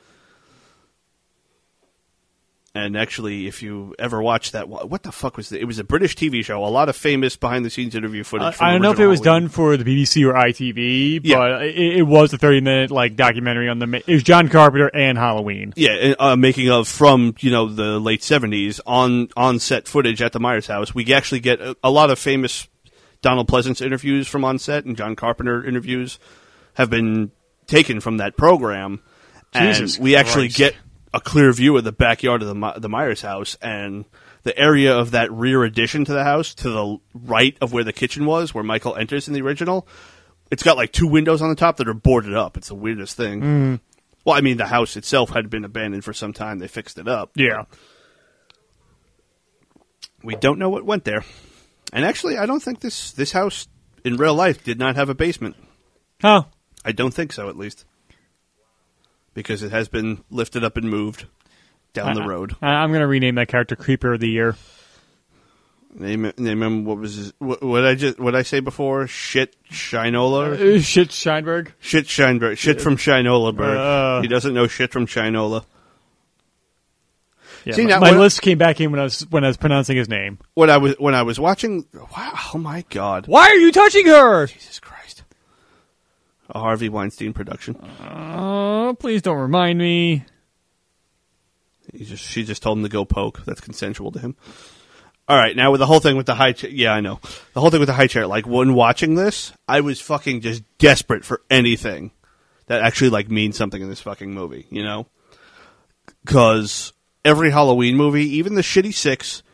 A: And actually, if you ever watch that, wha- what the fuck was it? It was a British TV show. A lot of famous behind-the-scenes interview footage.
B: Uh, I
A: from
B: I don't know if it
A: original
B: was
A: Halloween.
B: done for the BBC or ITV,
A: Yeah.
B: but it, it was a thirty-minute like documentary on the. ma- It was John Carpenter and Halloween.
A: Yeah, and, uh, making of from you know the late seventies on on set footage at the Myers house. We actually get a, a lot of famous Donald Pleasance interviews from on set, and John Carpenter interviews have been taken from that program.
B: Jesus
A: and we actually
B: Christ.
A: get a clear view of the backyard of the My- the Myers house and the area of that rear addition to the house to the right of where the kitchen was, where Michael
B: Mm-hmm.
A: enters in the original. It's got like two windows on the top that are boarded up. It's the weirdest thing. Well, I mean, the house itself had been abandoned for some time. They fixed it up.
B: Yeah.
A: We don't know what went there. And actually, I don't think this this house in real life did not have a basement.
B: Huh.
A: I don't think so, at least, because it has been lifted up and moved down
B: Uh-uh.
A: the road.
B: I, I'm gonna rename that character Creeper of the Year.
A: Name name him. What was his, what, what I just what I say before? Shit, Shinola.
B: Uh, shit, Scheinberg.
A: Shit, Shineberg. Shit from Shinola Berg.
B: Uh.
A: he doesn't know shit from Shinola.
B: Yeah,
A: See,
B: my,
A: now
B: my
A: what-
B: list came back in when I was when I was pronouncing his name.
A: When I was when I was watching, wow, oh my god,
B: Why are you touching her?
A: Jesus Christ, a Harvey Weinstein production.
B: Uh, please don't remind me.
A: He just she just told him to go poke. That's consensual to him. All right, now with the whole thing with the high chair, yeah, I know the whole thing with the high chair. Like when watching this, I was fucking just desperate for anything that actually like means something in this fucking movie, you know? Because every Halloween movie, even the shitty six,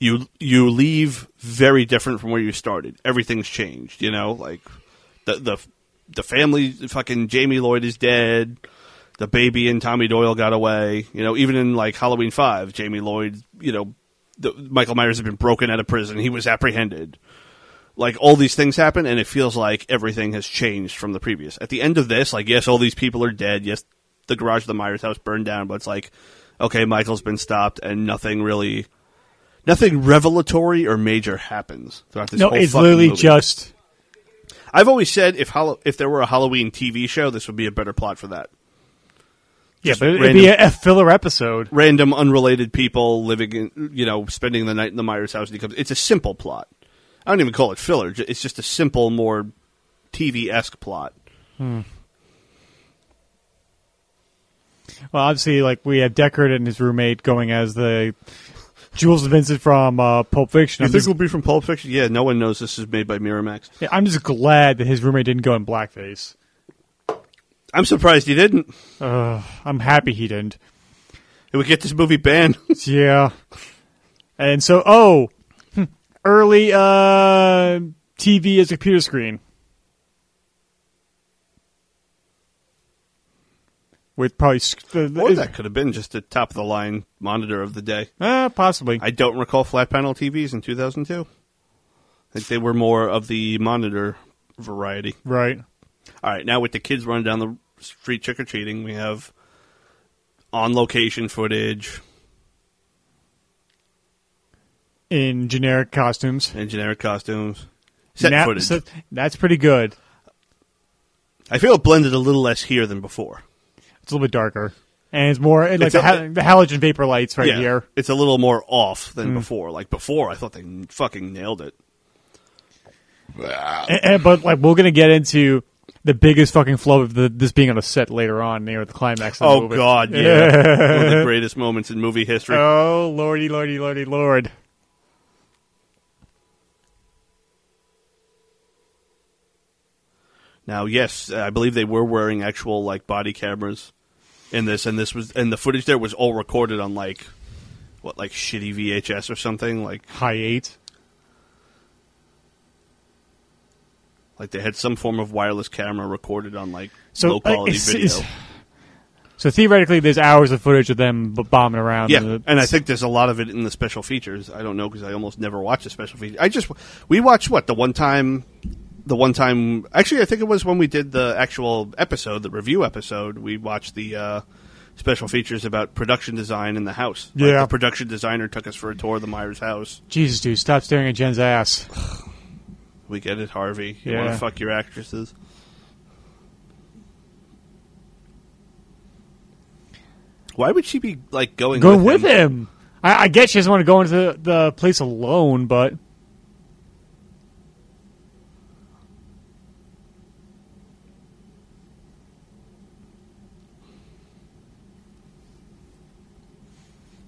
A: you you leave very different from where you started. Everything's changed, you know. Like the the the family, fucking Jamie Lloyd is dead. The baby and Tommy Doyle got away. You know, even in like Halloween Five, Jamie Lloyd, you know, the, Michael Myers had been broken out of prison. He was apprehended. Like all these things happen, and it feels like everything has changed from the previous. At the end of this, like yes, all these people are dead. Yes, the garage of the Myers house burned down, but it's like, okay, Michael's been stopped, and nothing really nothing revelatory or major happens throughout this
B: no,
A: whole
B: it's
A: fucking
B: literally
A: movie.
B: just
A: I've always said if Hall- if there were a Halloween TV show, this would be a better plot for that.
B: yeah,
A: Just
B: but it'd be
A: random-
B: a, a filler episode.
A: Random, unrelated people living in, you know, spending the night in the Myers house. And he comes. It's a simple plot. I don't even call it filler. ju- It's just a simple, more TV esque plot.
B: Well, obviously, like we have Deckard and his roommate going as the Jules Vincent from uh, Pulp Fiction. I'm just,
A: will be from Pulp Fiction? Yeah, no one knows this is made by Miramax.
B: yeah, I'm just glad that his roommate didn't go in blackface.
A: I'm surprised he didn't.
B: I'm happy he didn't.
A: It would get this movie banned.
B: Yeah. And so, oh, hmm, early uh, TV as a computer screen. With probably. sc- the- the-
A: or that could have been just a top of the line monitor of the day.
B: Uh, possibly.
A: I don't recall flat panel TVs in 2002. I think they were more of the monitor variety.
B: right.
A: All right, now with the kids running down the street trick or treating, we have on location footage
B: In generic costumes.
A: and generic costumes. Set
B: Now-
A: footage.
B: so- that's pretty good.
A: I feel it blended a little less here than before.
B: It's a little bit darker. And it's more and like
A: It's
B: the,
A: a-
B: ha- the halogen vapor lights right
A: yeah,
B: here. Mm.
A: it's a little more off than before. Like before, I thought they fucking nailed it.
B: And, and- but like we're gonna get into the biggest fucking flow of the, this being on a set later on near the climax. Of the
A: Oh
B: movie.
A: God, yeah, one of the greatest moments in movie history.
B: Oh lordy, lordy, lordy, lord.
A: Now, yes, I believe they were wearing actual like body cameras in this, and this was and the footage there was all recorded on like what like shitty VHS or something. Like
B: High eight.
A: like they had some form of wireless camera recorded on like
B: So,
A: low quality
B: uh, it's-
A: video.
B: it's- So theoretically, there's hours of footage of them b- bombing around.
A: yeah,
B: The-
A: and I think there's a lot of it in the special features. I don't know because I almost never watch the special feature. I just we watched what the one time, the one time. Actually, I think it was when we did the actual episode, the review episode. We watched the uh, special features about production design in the house. Like,
B: Yeah.
A: the production designer took us for a tour of the Myers house.
B: Jesus, dude, stop staring at Jen's ass.
A: We get it, Harvey. You
B: Yeah.
A: want to fuck your actresses? Why would she be like going
B: Go
A: with
B: with
A: him?
B: him. I, I guess she doesn't want to go into the, the place alone, but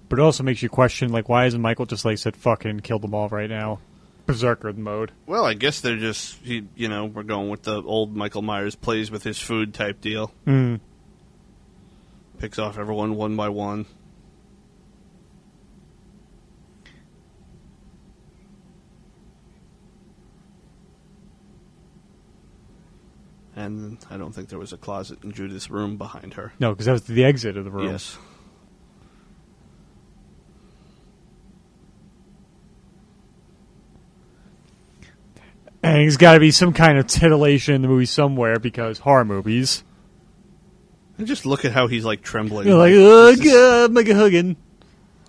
B: but it also makes you question like why isn't Michael just like said fucking kill them all right now, berserker mode.
A: Well, I guess they're just he, you know we're going with the old Michael Myers plays with his food type deal.
B: Mm.
A: Picks off everyone one by one. and I don't think there was a closet in Judith's room behind her.
B: No, because that was the exit of the room.
A: Yes.
B: And there's got to be some kind of titillation in the movie somewhere because horror movies.
A: And just look at how he's like trembling.
B: You're like,
A: this
B: oh,
A: is-
B: God, make a hugging.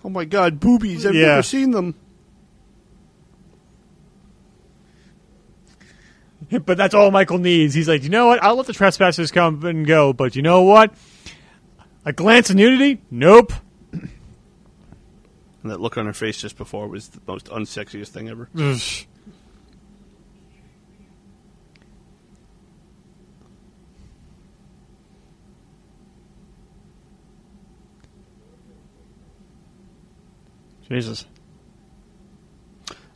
A: oh my god, boobies! I've
B: Yeah.
A: never seen them.
B: But that's all Michael needs. He's like, you know what? I'll let the trespassers come and go, but you know what? A glance of nudity? Nope.
A: And that look on her face just before was the most unsexiest thing ever.
B: Ugh. Jesus.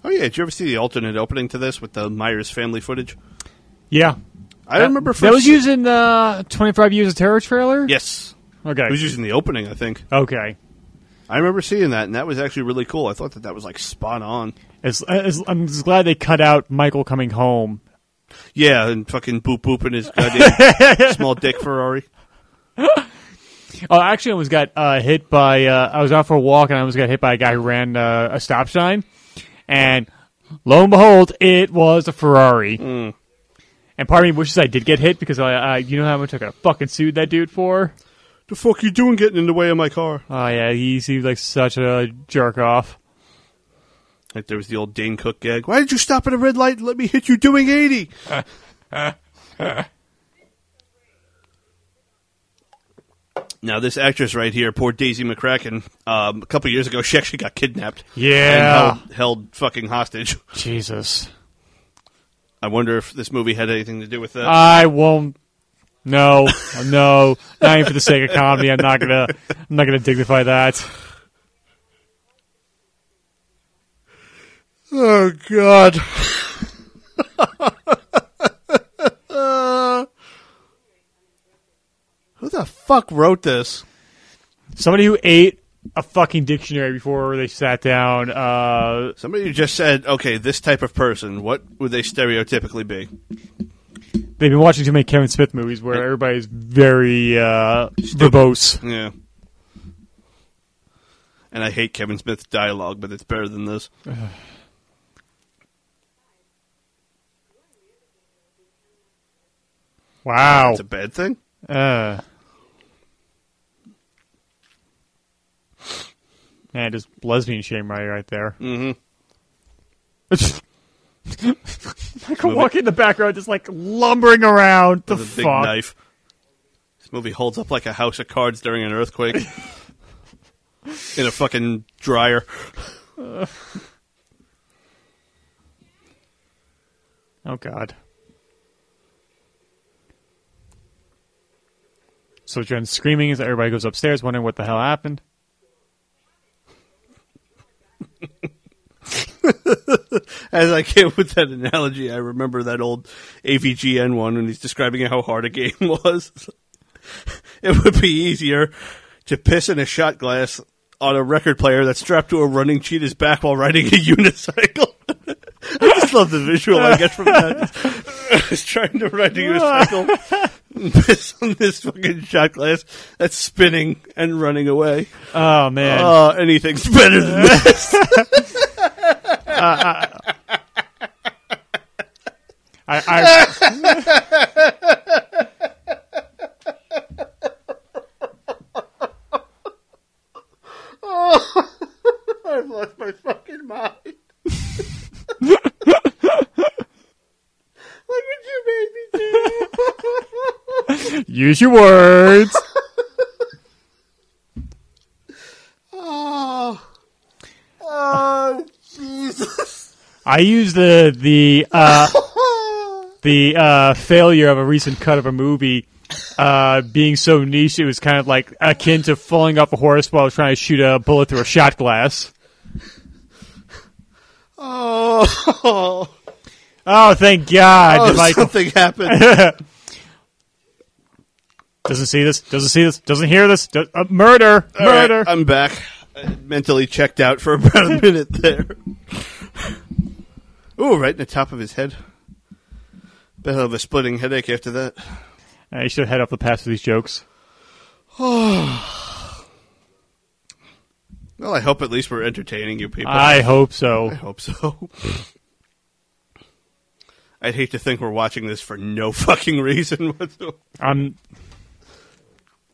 A: Oh yeah, did you ever see the alternate opening to this with the Myers family footage?
B: Yeah.
A: I remember first
B: that was using the 25 years of terror trailer.
A: Yes,
B: Okay.
A: it was using the opening. I think
B: okay.
A: I remember seeing that, and that was actually really cool. I thought that that was like spot on.
B: As, as, I'm just glad they cut out Michael coming home.
A: Yeah, and fucking boop boop in his goddamn small dick Ferrari.
B: Oh, actually, I was got uh, hit by. Uh, I was out for a walk, and I was got hit by a guy who ran uh, a stop sign, and lo and behold, it was a Ferrari. And part of me wishes I did get hit because I, I you know how much I could have fucking sued that dude for.
A: The fuck you doing getting in the way of my car?
B: Oh yeah, he seemed like such a jerk off.
A: Like there was the old Dane Cook gag. Why did you stop at a red light and let me hit you doing 80? now, this actress right here, poor Daisy McCracken, um, a couple years ago, she actually got kidnapped.
B: Yeah.
A: And held, held fucking hostage.
B: Jesus,
A: I wonder if this movie had anything to do with that.
B: I won't. No, no, not even for the sake of comedy. I'm not gonna. I'm not gonna dignify that.
A: oh, God. Who the fuck wrote this?
B: Somebody who ate a fucking dictionary before they sat down. Uh,
A: Somebody who just said, okay, this type of person, what would they stereotypically be?
B: they've been watching too many Kevin Smith movies where everybody's very uh, verbose.
A: Yeah. And I hate Kevin Smith's dialogue, but it's better than this.
B: Wow.
A: It's a
B: Oh,
A: bad thing.
B: Uh, man, just lesbian shame right, right there.
A: Mm-hmm.
B: Michael walking in the background, just like lumbering around. The
A: With a big
B: fuck.
A: knife. This movie holds up like a house of cards during an earthquake. In a fucking dryer.
B: Oh God. So Jen's screaming as everybody goes upstairs, wondering what the hell happened.
A: As I came with that analogy, I remember that old AVGN one when he's describing how hard a game was. it would be easier to piss in a shot glass on a record player that's strapped to a running cheetah's back while riding a unicycle. I just love the visual I get from that. It's trying to ride a unicycle and piss on this fucking shot glass that's spinning and running away.
B: Oh man.
A: Uh, anything's better than this.
B: I, I...
A: I've lost my fucking mind. Look what you made me do.
B: use your words.
A: Oh, oh Jesus.
B: I use the the uh, the uh, failure of a recent cut of a movie uh, being so niche. It was kind of like akin to falling off a horse while trying to shoot a bullet through a shot glass.
A: Oh,
B: Oh, thank God!
A: oh
B: Michael
A: something happened.
B: doesn't see this. Doesn't see this. Doesn't hear this. Does, uh, murder!
A: All right,
B: murder!
A: I'm back. I mentally checked out for about a minute there. Ooh, right in the top of his head. Bit of a splitting headache after that.
B: Uh, you should have head up the past with these jokes.
A: Well, I hope at least we're entertaining you people.
B: I hope
A: I
B: so.
A: hope so. I'd hate to think we're watching this for no fucking reason whatsoever.
B: I'm.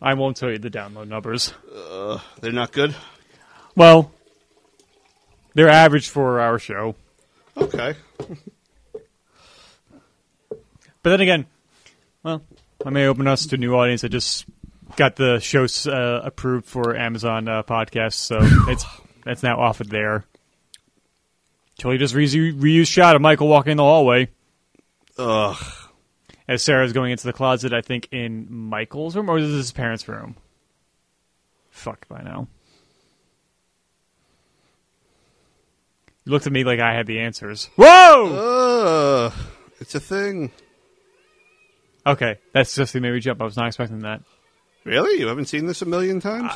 B: I won't tell you the download numbers.
A: They're not good.
B: Well, they're average for our show.
A: Okay.
B: But then again, well, I may open us to a new audience. I just got the show uh, approved for Amazon uh, podcasts, so it's that's now offered there. Totally just re- reused shot of Michael walking in the hallway
A: Ugh.
B: as Sarah's going into the closet. I think in Michael's room or is this his parents' room? Fuck by now. You looked at me like I had the answers.
A: Uh.
B: Whoa!
A: Ugh. It's a thing.
B: Okay, that's just the maybe jump. I was not expecting that.
A: Really? You haven't seen this a million times?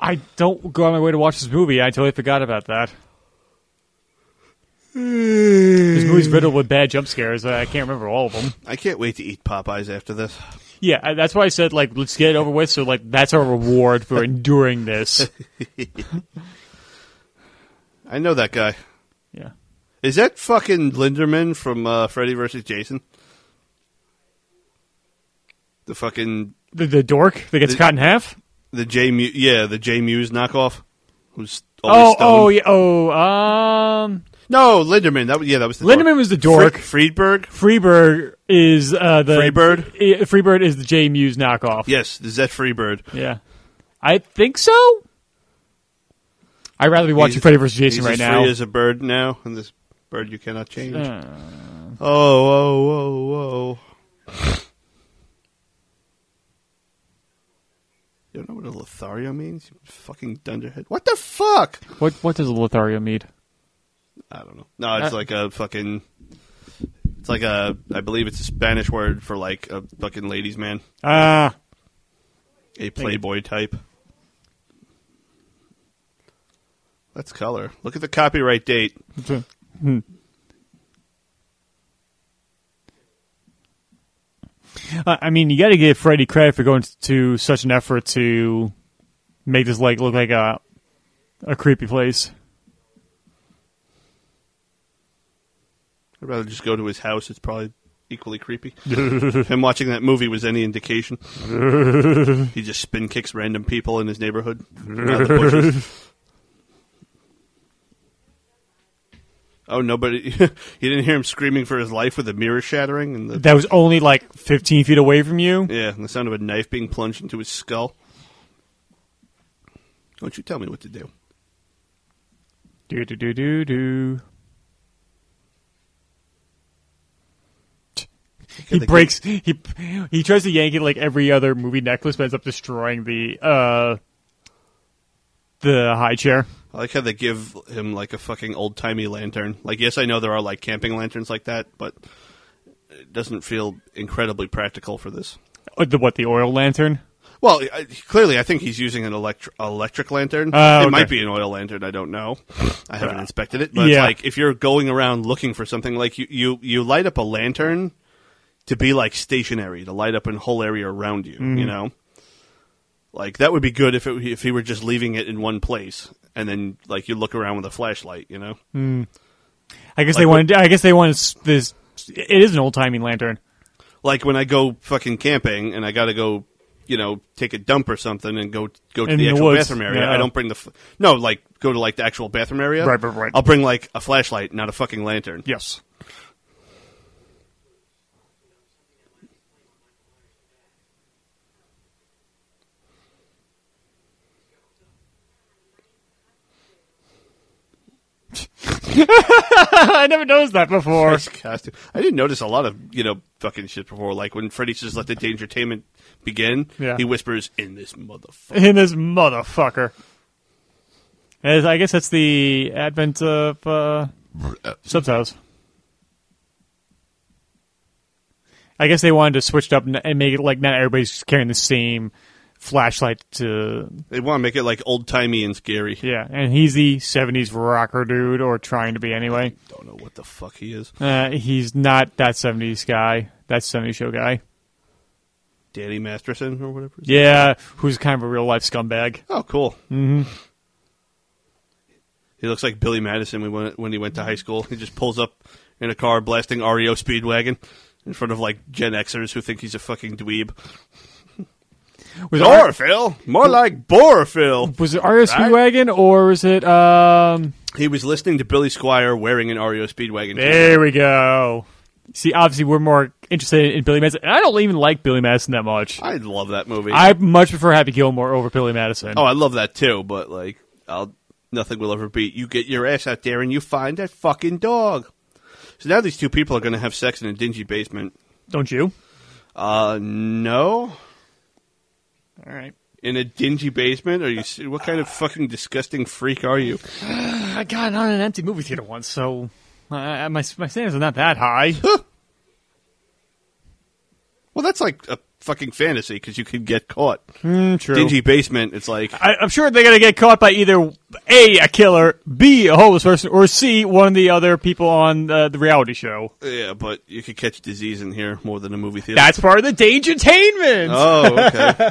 B: I don't go on my way to watch this movie. I totally forgot about that. this movie's riddled with bad jump scares. I can't remember all of them.
A: I can't wait to eat Popeyes after this.
B: Yeah, I- that's why I said like let's get it over with. So like that's our reward for enduring this.
A: I know that guy.
B: Yeah,
A: Is that fucking Linderman from uh, Freddy vs. Jason? The fucking
B: the, the dork that gets
A: The-
B: cut in half.
A: the J Mu yeah the J Muse knockoff. Who's
B: Oh,
A: always
B: oh,
A: stoned.
B: yeah, oh, um,
A: no Linderman that was yeah that was the
B: Linderman
A: dork.
B: was the dork.
A: Fre- Friedberg
B: Freebird is uh, the
A: Freebird?
B: I- Freebird is the J Muse knockoff.
A: yes is that Freebird
B: Yeah, I think so. I'd rather be watching
A: He's-
B: Freddy vs. Jason
A: he's
B: right
A: as
B: now.
A: free as a bird now and this bird you cannot change
B: Uh,
A: oh oh oh oh you don't know what a Lothario means you fucking dunderhead what the fuck
B: What what does a Lothario mean?
A: I don't know. No, it's
B: Uh,
A: like a fucking. It's like a. I believe it's a Spanish word for like a fucking ladies' man,
B: Ah,
A: a playboy type. That's color. Look at the copyright date.
B: I I mean, you got to give Freddy credit for going to such an effort to make this like look like a a creepy place.
A: I'd rather just go to his house. It's probably equally creepy. Him watching that movie was any indication. he just spin kicks random people in his neighborhood. out of the bushes. Oh, nobody. you didn't hear him screaming for his life with the mirror shattering and the.
B: That was only like 15 feet away from you.
A: Yeah, and the sound of a knife being plunged into his skull. Don't you tell me what to do.
B: Do do do do do. He
A: they
B: breaks. He he tries to yank it like every other movie necklace, but ends up destroying the uh the high chair.
A: I like how they give him like a fucking old timey lantern. Like, yes, I know there are like camping lanterns like that, but it doesn't feel incredibly practical for this.
B: Oh, the what? The oil lantern.
A: Well, I, clearly, I think he's using an electric electric lantern.
B: Oh,
A: it
B: okay.
A: might be an oil lantern. I don't know. I haven't inspected it, but it's
B: Yeah.
A: like if you're going around looking for something, like you, you you light up a lantern to be like stationary to light up a whole area around you.
B: Mm-hmm.
A: You know, like that would be good if it, if he were just leaving it in one place and then like you look around with a flashlight. You know,
B: I guess
A: Like
B: they
A: what-
B: wanted. I guess they wanted s- this. It is an old timey lantern.
A: like when I go fucking camping and I got to go, you know, take a dump or something and go go to
B: In
A: the,
B: the
A: actual
B: woods,
A: bathroom area.
B: yeah.
A: I don't bring the f- no, like go to like the actual bathroom area.
B: Right, right, right.
A: I'll bring like a flashlight, not a fucking lantern.
B: Yes. I never noticed that before.
A: Nice costume. I didn't notice a lot of you know fucking shit before. Like when Freddy says "Let the dangertainment begin,"
B: Yeah.
A: he whispers in this motherfucker.
B: In this motherfucker. As- I guess that's the advent of uh, subtitles. I guess they wanted to switch it up and- and make it like not everybody's carrying the same flashlight to
A: They want to make it like old timey and scary.
B: yeah, and he's the '70s rocker dude, or trying to be anyway.
A: Don't know what the fuck he is.
B: Uh, he's not that '70s guy. That '70s show guy.
A: Danny Masterson or whatever. his name
B: Yeah, who's kind of a real life scumbag.
A: is. Oh, cool. Mm-hmm. He looks like Billy Madison when we went, when he went to high school. He just pulls up in a car blasting REO Speedwagon in front of like Gen Xers who think he's a fucking dweeb.
B: Was it R-
A: Chlorophyll, more like borophyll.
B: was it RS Speedwagon or was it? um
A: He was listening to Billy Squire wearing an REO Speedwagon.
B: There we go. See, obviously, we're more interested in Billy Madison. And I don't even like Billy Madison that much.
A: I love that movie.
B: I much prefer Happy Gilmore over Billy Madison.
A: oh, I love that too. But like, I'll nothing will ever beat you. Get your ass out there and you find that fucking dog. So now these two people are going to have sex in a dingy basement.
B: don't you?
A: Uh, no,
B: All right.
A: in a dingy basement. Are you? se- What kind of fucking disgusting freak are you?
B: I got on an empty movie theater once, so uh, my my standards are not that high.
A: Well, that's like a fucking fantasy because you could get caught.
B: Mm, true.
A: Dingy basement. It's like
B: I, I'm sure they're gonna get caught by either a a killer, b a homeless person, or c one of the other people on uh, the reality show.
A: yeah, but you could catch disease in here more than a movie theater.
B: That's part of the danger entertainment.
A: oh, okay.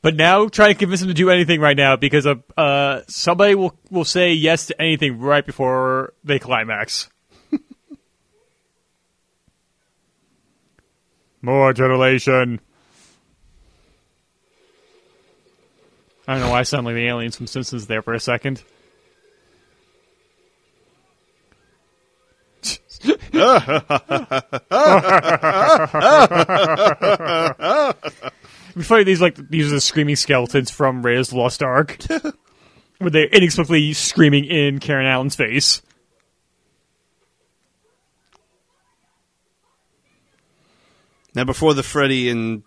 B: But now try to convince them to do anything right now because uh, uh, somebody will will say yes to anything right before they climax. More titillation. I don't know why I sound like the aliens from Simpsons there for a second. It'd be funny if these like these are the screaming skeletons from Ray's Lost Ark, where they're inexplicably screaming in Karen Allen's face.
A: Now, before the Freddy and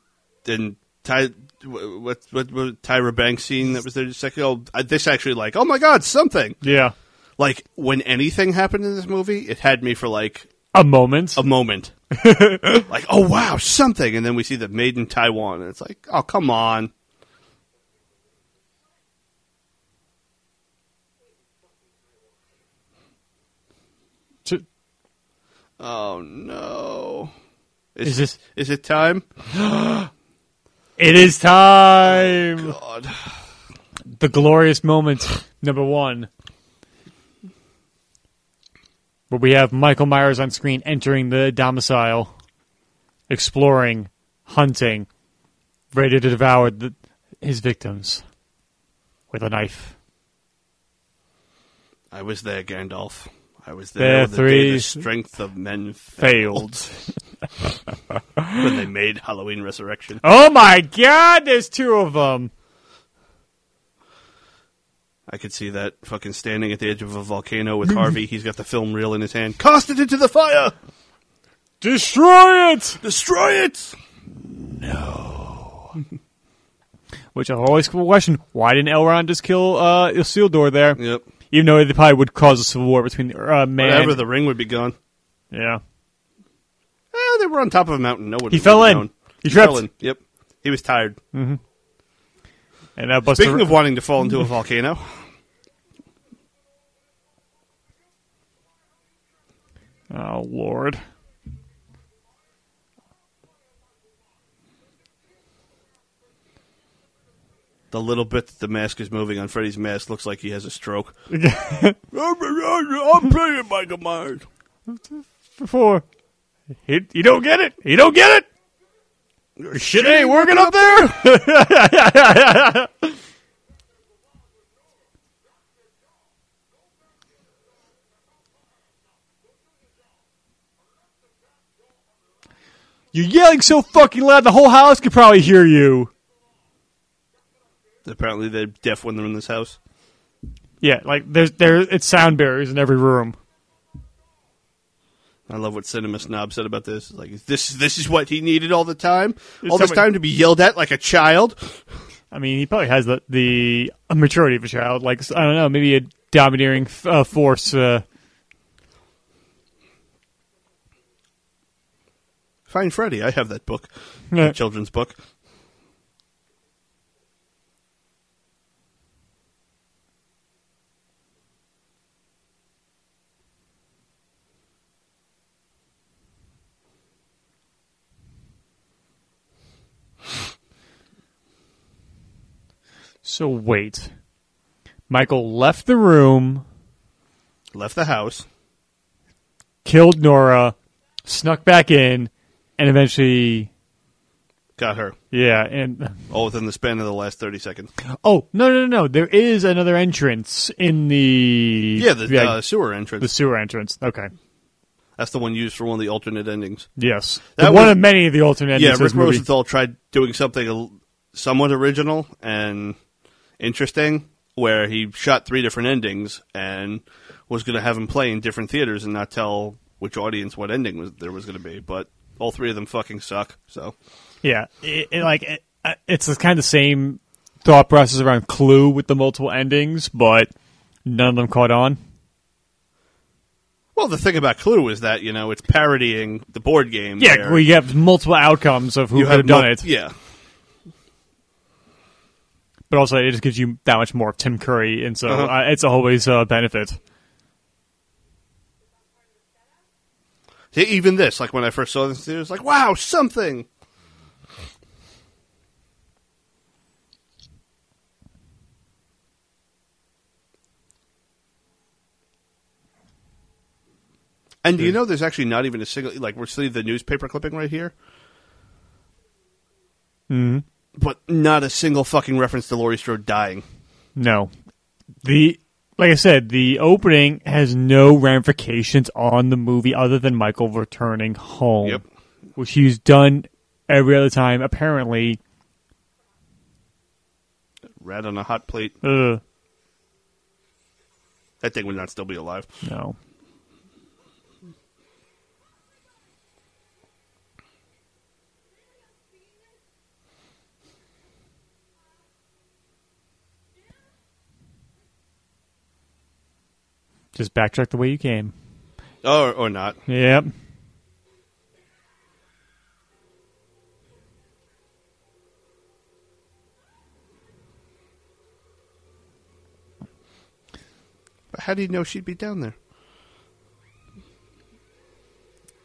A: and Ty, what what, what Tyra Banks scene that was there just a second ago, I- this actually like, oh my god, something
B: Yeah,
A: like when anything happened in this movie, it had me for like
B: a moment.
A: a moment, like oh wow, something, and then we see the made in Taiwan, and it's like, oh come on,
B: T-
A: oh no,
B: Is this-
A: is it time?
B: It is time.
A: God.
B: The glorious moment number one. Where we have Michael Myers on screen entering the domicile, exploring, hunting, ready to devour the, his victims with a knife.
A: I was there, Gandalf. I was
B: There
A: there. the day
B: three
A: the strength of men failed
B: Failed.
A: when they made Halloween Resurrection.
B: Oh my god, there's two of them.
A: I could see that fucking standing at the edge of a volcano with Harvey. He's got the film reel in his hand. Cast it into the fire!
B: Destroy it!
A: Destroy it!
B: Which I always question why didn't Elrond just kill uh, Isildur there?
A: Yep.
B: Even though it probably would cause a civil war between the uh, man.
A: Whatever, the ring would be gone.
B: yeah.
A: Eh, they were on top of a mountain. No one.
B: He
A: would
B: fell
A: have
B: in.
A: known.
B: He tripped.
A: fell in. Yep. He was tired.
B: And uh, Buster,
A: Speaking of wanting to fall into a volcano,
B: oh lord,
A: the little bit that the mask is moving on Freddy's mask looks like he has a stroke.
B: Oh
A: I'm playing Michael Myers.
B: before he, you don't get it, you don't get it.
A: Your
B: Shit ain't working up there. You're yelling so fucking loud, the whole house could probably hear you.
A: Apparently, they're deaf when they're in this house.
B: Yeah, like there's there it's sound barriers in every room.
A: I love what Cinema Snob said about this. Like is this, this is what he needed all the time, all this
B: somebody-
A: time to be yelled at like a child.
B: I mean, he probably has the the maturity of a child. Like I don't know, maybe a domineering f- uh, force. Uh,
A: If Find Freddy. I have that book,
B: Yeah.
A: that children's book.
B: So wait. Michael left the room,
A: Left the house.
B: killed Nora, snuck back in, and eventually,
A: Got her.
B: yeah. And
A: All within the span of the last thirty seconds.
B: oh no, no, no, no! There is another entrance in the
A: Yeah, the uh, sewer entrance.
B: the sewer entrance. Okay,
A: That's the one used for one of the alternate endings.
B: yes,
A: That
B: the one
A: was-
B: of many of the alternate.
A: yeah,
B: endings of
A: Rick
B: this movie.
A: Rosenthal tried doing something a- somewhat original and interesting, where he shot three different endings and was going to have them play in different theaters and not tell which audience what ending was there was going to be. But all three of them fucking suck. So
B: Yeah, it, it, like it, uh, it's the kind of same thought process around Clue with the multiple endings, but none of them caught on.
A: Well, the thing about Clue is that you know it's parodying the board game.
B: Yeah,
A: where
B: we have multiple outcomes of who could have done
A: no-
B: it,
A: Yeah,
B: but also it just gives you that much more of Tim Curry, and so
A: Uh-huh.
B: uh, it's always a benefit.
A: See, even this, like when I first saw this, it was like, wow, something. And do you know there's actually not even a single like we're seeing the newspaper clipping right here, mm-hmm. but not a single fucking reference to Laurie Strode dying.
B: No, the like I said, the opening has no ramifications on the movie other than Michael returning home,
A: Yep.
B: which he's done every other time apparently.
A: Rat on a hot plate.
B: Ugh,
A: That thing would not still be alive.
B: no. Just backtrack the way you came.
A: Or or not.
B: Yep.
A: But how do you know she'd be down there?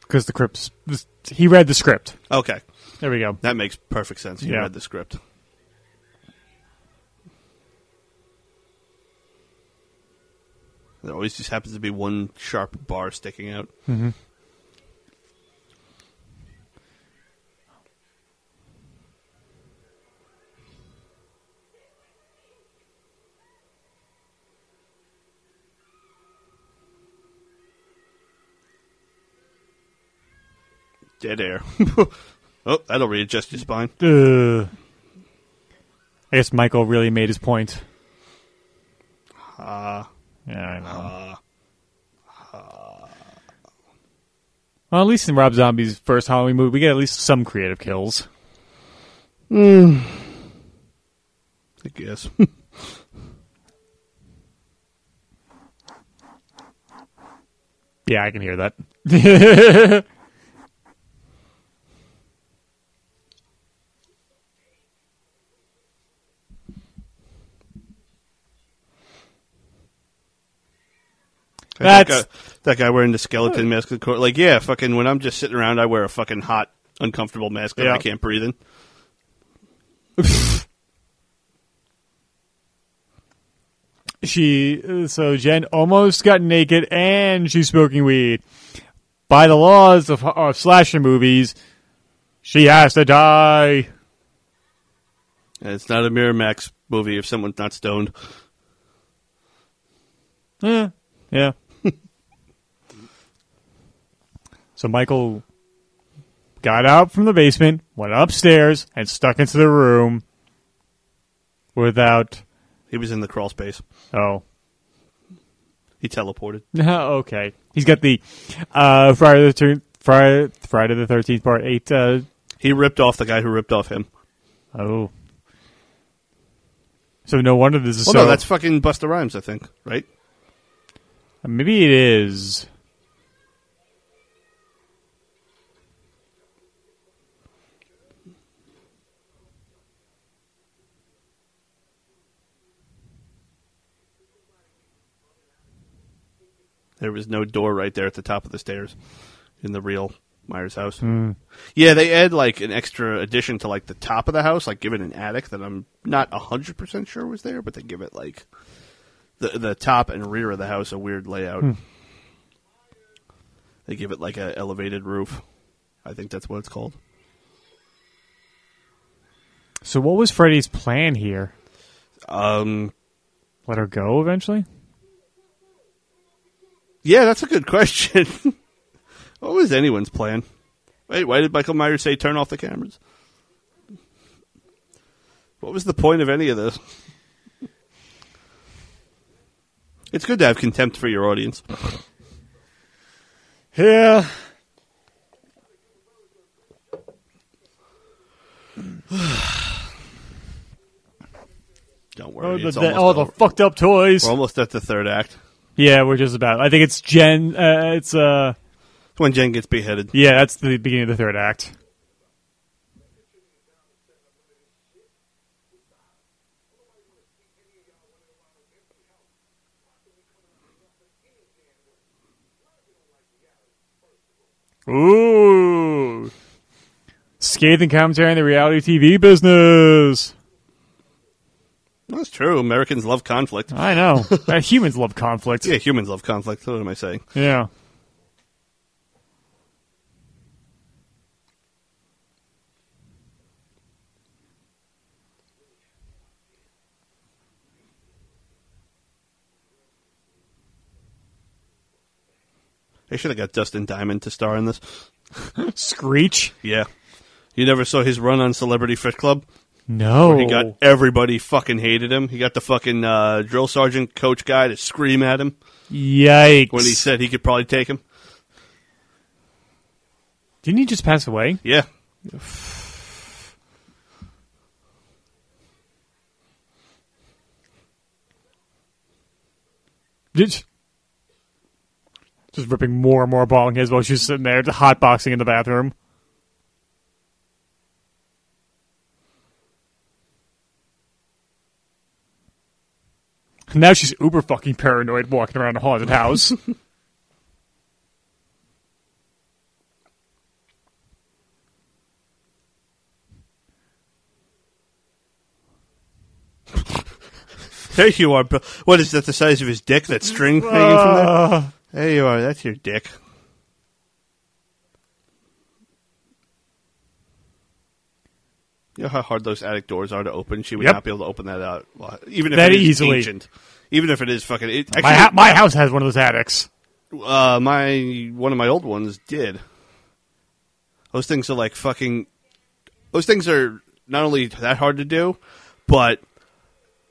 B: Because the crypts, this, he read the script.
A: Okay.
B: There we go.
A: That makes perfect sense. You
B: Yeah.
A: read the script. There always just happens to be one sharp bar sticking out. Dead air. oh, that'll readjust your spine.
B: Ugh. Uh, I guess Michael really made his point. Ah. yeah, I know. Well, at least in Rob Zombie's first Halloween movie, we get at least some creative kills.
A: I guess.
B: Yeah, I can hear that.
A: That
B: That's-
A: guy, that guy wearing the skeleton mask. of course- Like, yeah, fucking. When I'm just sitting around, I wear a fucking hot, uncomfortable mask that
B: Yeah.
A: I can't breathe in.
B: she uh, so Jen almost got naked and she's smoking weed. By the laws of, of slasher movies, she has to die.
A: And it's not a Miramax movie if someone's not stoned.
B: Yeah. Yeah. so Michael got out from the basement, went upstairs, and stuck into the room without.
A: He was in the crawl space.
B: Oh.
A: He teleported.
B: okay. He's got the uh, Friday the thir- Friday, Friday the 13th, part 8. Uh,
A: He ripped off the guy who ripped off him.
B: oh. So no wonder this is
A: Well,
B: so.
A: no, that's fucking Busta Rhymes, I think. Right?
B: Maybe it is.
A: There was no door right there at the top of the stairs in the real Myers house. Yeah, they add like an extra addition to like the top of the house, like give it an attic that I'm not 100% sure was there, but they give it like the the top and rear of the house a weird layout. They give it like a elevated roof. I think that's what it's called.
B: So what was Freddy's plan here?
A: Um,
B: Let her go eventually?
A: yeah, that's a good question. what was anyone's plan? Wait, why did Michael Myers say turn off the cameras? What was the point of any of this? It's good to have contempt for your audience.
B: Yeah.
A: Don't
B: Oh,
A: worry.
B: the,
A: it's
B: the,
A: almost
B: all the
A: over.
B: fucked up toys.
A: We're almost at the third act.
B: yeah, we're just about. I think it's Jen. Uh, it's uh,
A: It's when Jen gets beheaded.
B: yeah, that's the beginning of the third act. Ooh, scathing commentary on the reality TV business.
A: That's true. Americans love conflict.
B: I know. Uh, humans love conflict.
A: Yeah, humans love conflict. What am I saying?
B: Yeah.
A: They should have got Dustin Diamond to star in this.
B: Screech.
A: Yeah. You never saw his run on Celebrity Fit Club?
B: No.
A: He got everybody fucking hated him. He got the fucking uh, drill sergeant coach guy to scream at him
B: Yikes.
A: when he said he could probably take him.
B: Didn't he just pass away?
A: Yeah.
B: Did just ripping more and more bowling heads while she's sitting there hotboxing in the bathroom. Now she's uber fucking paranoid walking around a haunted house.
A: There you are. Bill. What is that? The size of his dick? That string hanging from that? There you are. That's your dick. You know how hard those attic doors are to open. She would
B: Yep.
A: not be able to open that out, Well, even if
B: That
A: it is
B: easily.
A: ancient. Even if it is fucking. It,
B: my,
A: actually,
B: ha- my house has one of those attics.
A: uh, my one of my old ones did. Those things are like fucking. Those things are not only that hard to do, but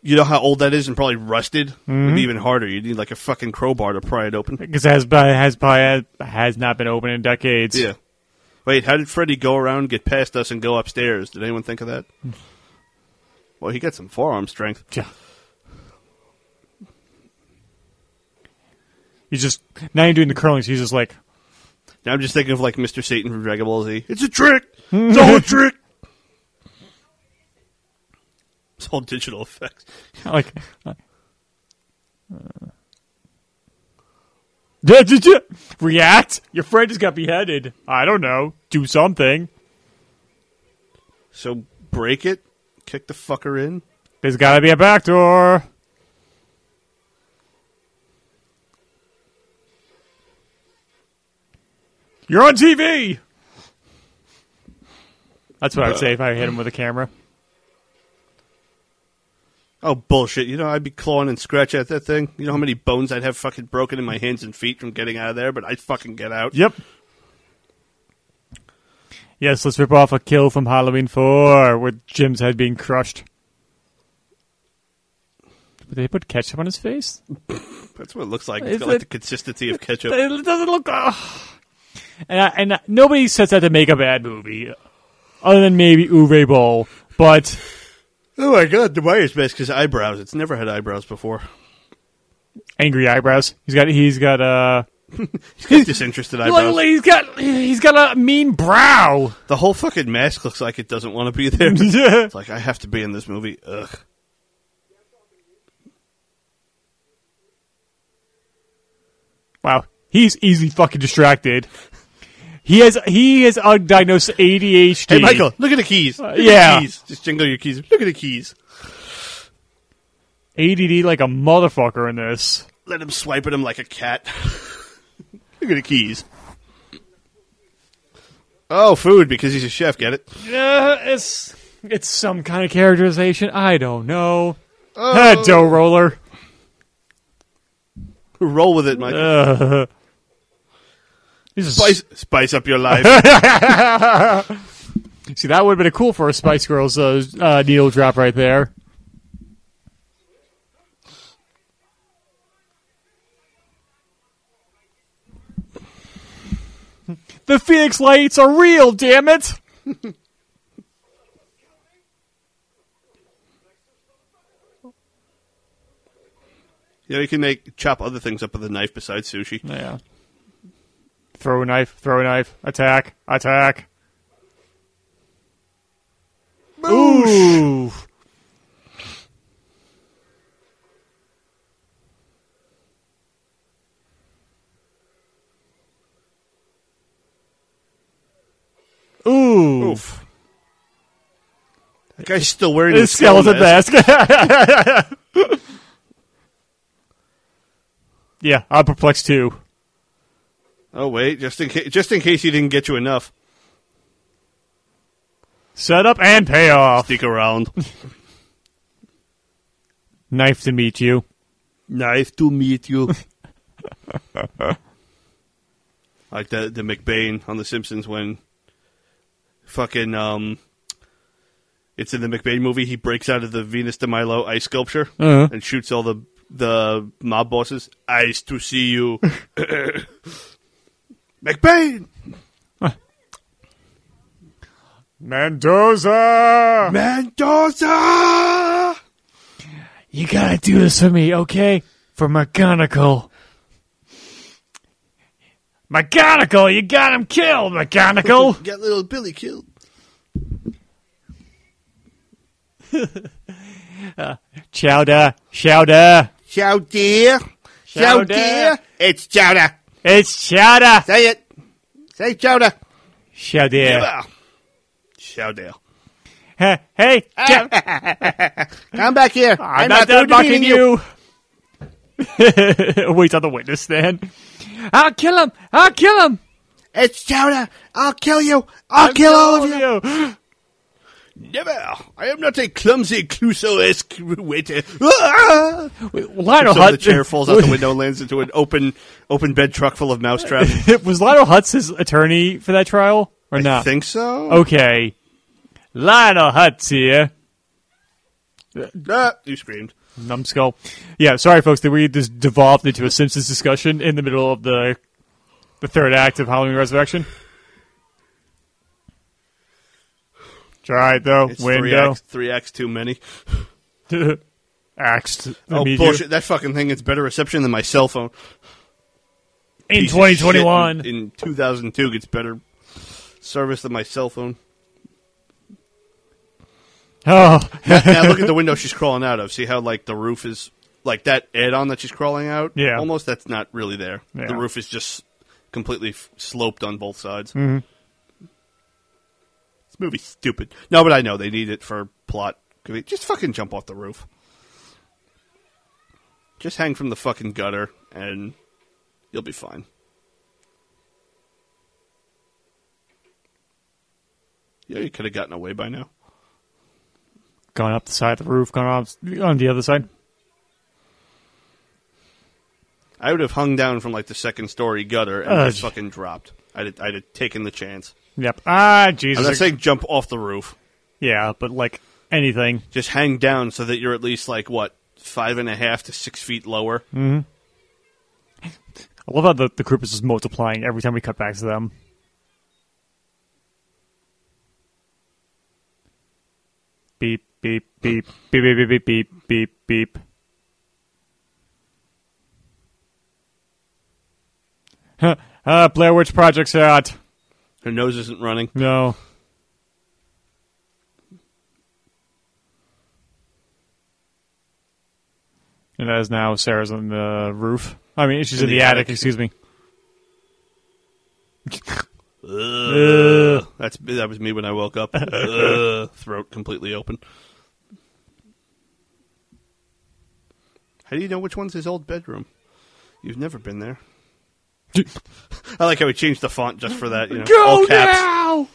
A: you know how old that is and probably rusted. It'd be even harder. You need like a fucking crowbar to pry it open.
B: Because it has, has, probably has not been open in decades.
A: Yeah. Wait, how did Freddy go around, get past us, and go upstairs? Did anyone think of that? well, he got some forearm strength.
B: Yeah. He's just now you're doing the curling. So he's just like,
A: Now I'm just thinking of like Mr. Satan from Dragon Ball Z. It's a trick. It's all a trick. It's all digital effects.
B: like. uh, Duh, duh, duh. React. Your friend just got beheaded. I don't know. Do something.
A: So break it, kick the fucker in.
B: There's got to be a back door. You're on TV. That's what I'd say if I hit him with a camera.
A: Oh bullshit! You know I'd be clawing and scratching at that thing. You know how many bones I'd have fucking broken in my hands and feet from getting out of there, but I'd fucking get out.
B: Yep. Yes, let's rip off a kill from Halloween 4 with Jim's head being crushed. Did they put ketchup on his face?
A: That's what it looks like.
B: Is
A: It's got like
B: it-
A: the consistency of ketchup.
B: It doesn't look. ugh. And, I, and I- nobody sets out to make a bad movie, uh, other than maybe Uwe Boll. But
A: Oh my god, the Myers mask his eyebrows. It's never had eyebrows before.
B: angry eyebrows. He's got. He's got uh, a.
A: He's got disinterested eyebrows.
B: Literally, he's got. He's got a mean brow.
A: The whole fucking mask looks like it doesn't want to be there. it's
B: yeah.
A: like I have to be in this movie. Ugh.
B: Wow, he's easily fucking distracted. He has he has undiagnosed ADHD.
A: Hey, Michael, look at the keys. Look at the
B: yeah.
A: keys. Just jingle your keys. Look at the keys.
B: ADD like a motherfucker in this.
A: Let him swipe at him like a cat. look at the keys. Oh, food because he's a chef. Get it?
B: Yeah, it's it's some kind of characterization. I don't know.
A: Uh,
B: Ah, dough roller.
A: Roll with it,
B: Uh,
A: Michael.
B: This is
A: spice, spice up your life.
B: See, that would have been a cool for a Spice Girls uh, uh, needle drop right there. The Phoenix Lights are real, damn it!
A: yeah, you can make chop other things up with a knife besides sushi.
B: Yeah. Throw a knife, throw a knife, attack, attack. Ooh. Ooh.
A: Oof. That guy's still wearing
B: His
A: his
B: skeleton mask. yeah, I'm perplexed too.
A: Oh wait, just in case, just in case he didn't get you enough.
B: Set up and payoff.
A: Stick around.
B: Knife to meet you.
A: nice to meet you. like the the McBain on The Simpsons when fucking um, it's in the McBain movie. He breaks out of the Venus de Milo ice sculpture
B: Uh-huh.
A: and shoots all the the mob bosses. Eyes to see you, McBain,
B: Mendoza!
A: Mendoza.
B: You gotta do this for me, okay? For McGonagall. McGonagall, you got him killed, McGonagall!
A: Get little Billy killed.
B: Chowder, chowder,
A: Chowder.
B: Chowder.
A: It's chowder.
B: it's chowder!
A: Say it. Say chowder.
B: Chowder.
A: Chowder.
B: Hey, hey, Chow-
A: Come back here.
B: I'm, not, done
A: through
B: mocking
A: beating
B: you. Wait on the witness stand. I'll kill him. I'll kill him.
A: It's chowder. I'll kill you. I'll kill all of you. Never. I am not a clumsy Clouseau-esque waiter. Ah!
B: Wait, Lionel
A: So the
B: Hutz.
A: chair falls out the window and lands into an open open bed truck full of mousetraps.
B: was Lionel Hutz his attorney for that trial or
A: I
B: not?
A: think so.
B: okay, Lionel Hutz here.
A: Ah, you screamed.
B: Numbskull. Yeah, sorry, folks. That we just devolved into a Simpsons discussion in the middle of the the third act of Halloween Resurrection. Tried though.
A: It's three
B: window.
A: acts, three acts too many.
B: axed
A: Oh,
B: immediately.
A: bullshit. That fucking thing gets better reception than my cell phone.
B: in
A: Piece of
B: 2021.
A: shit In, in 2002 gets better service than my cell phone.
B: Oh,
A: now look at the window she's crawling out of. See how like the roof is like that add-on that she's crawling out.
B: Yeah.
A: almost that's not really there.
B: Yeah.
A: The roof is just completely f- sloped on both sides.
B: Mm-hmm.
A: This movie's stupid. No, but I know they need it for plot. Just fucking jump off the roof. Just hang from the fucking gutter, and you'll be fine. Yeah, you could have gotten away by now.
B: gone up the side of the roof, gone up on the other side.
A: I would have hung down from like the second story gutter and
B: Ugh.
A: just fucking dropped. I'd have, I'd have taken the chance.
B: Yep. Ah,
A: I'm
B: Jesus.
A: not saying jump off the roof.
B: yeah, but like anything.
A: Just hang down so that you're at least like what five and a half to six feet lower.
B: I love how the, the group is just multiplying every time we cut back to them. Beep, beep, beep, beep, beep, beep, beep, beep, beep, beep. Huh, uh, Blair Witch Project's out.
A: Her nose isn't running.
B: No. And that is now Sarah's on the roof. I mean, issues in, the, attic, Excuse me.
A: Ugh. That's that was me when I woke up. Ugh. Throat completely open. How do you know which one's his old bedroom? You've never been there. I like how he changed the font just for that. You know, all caps.
B: now.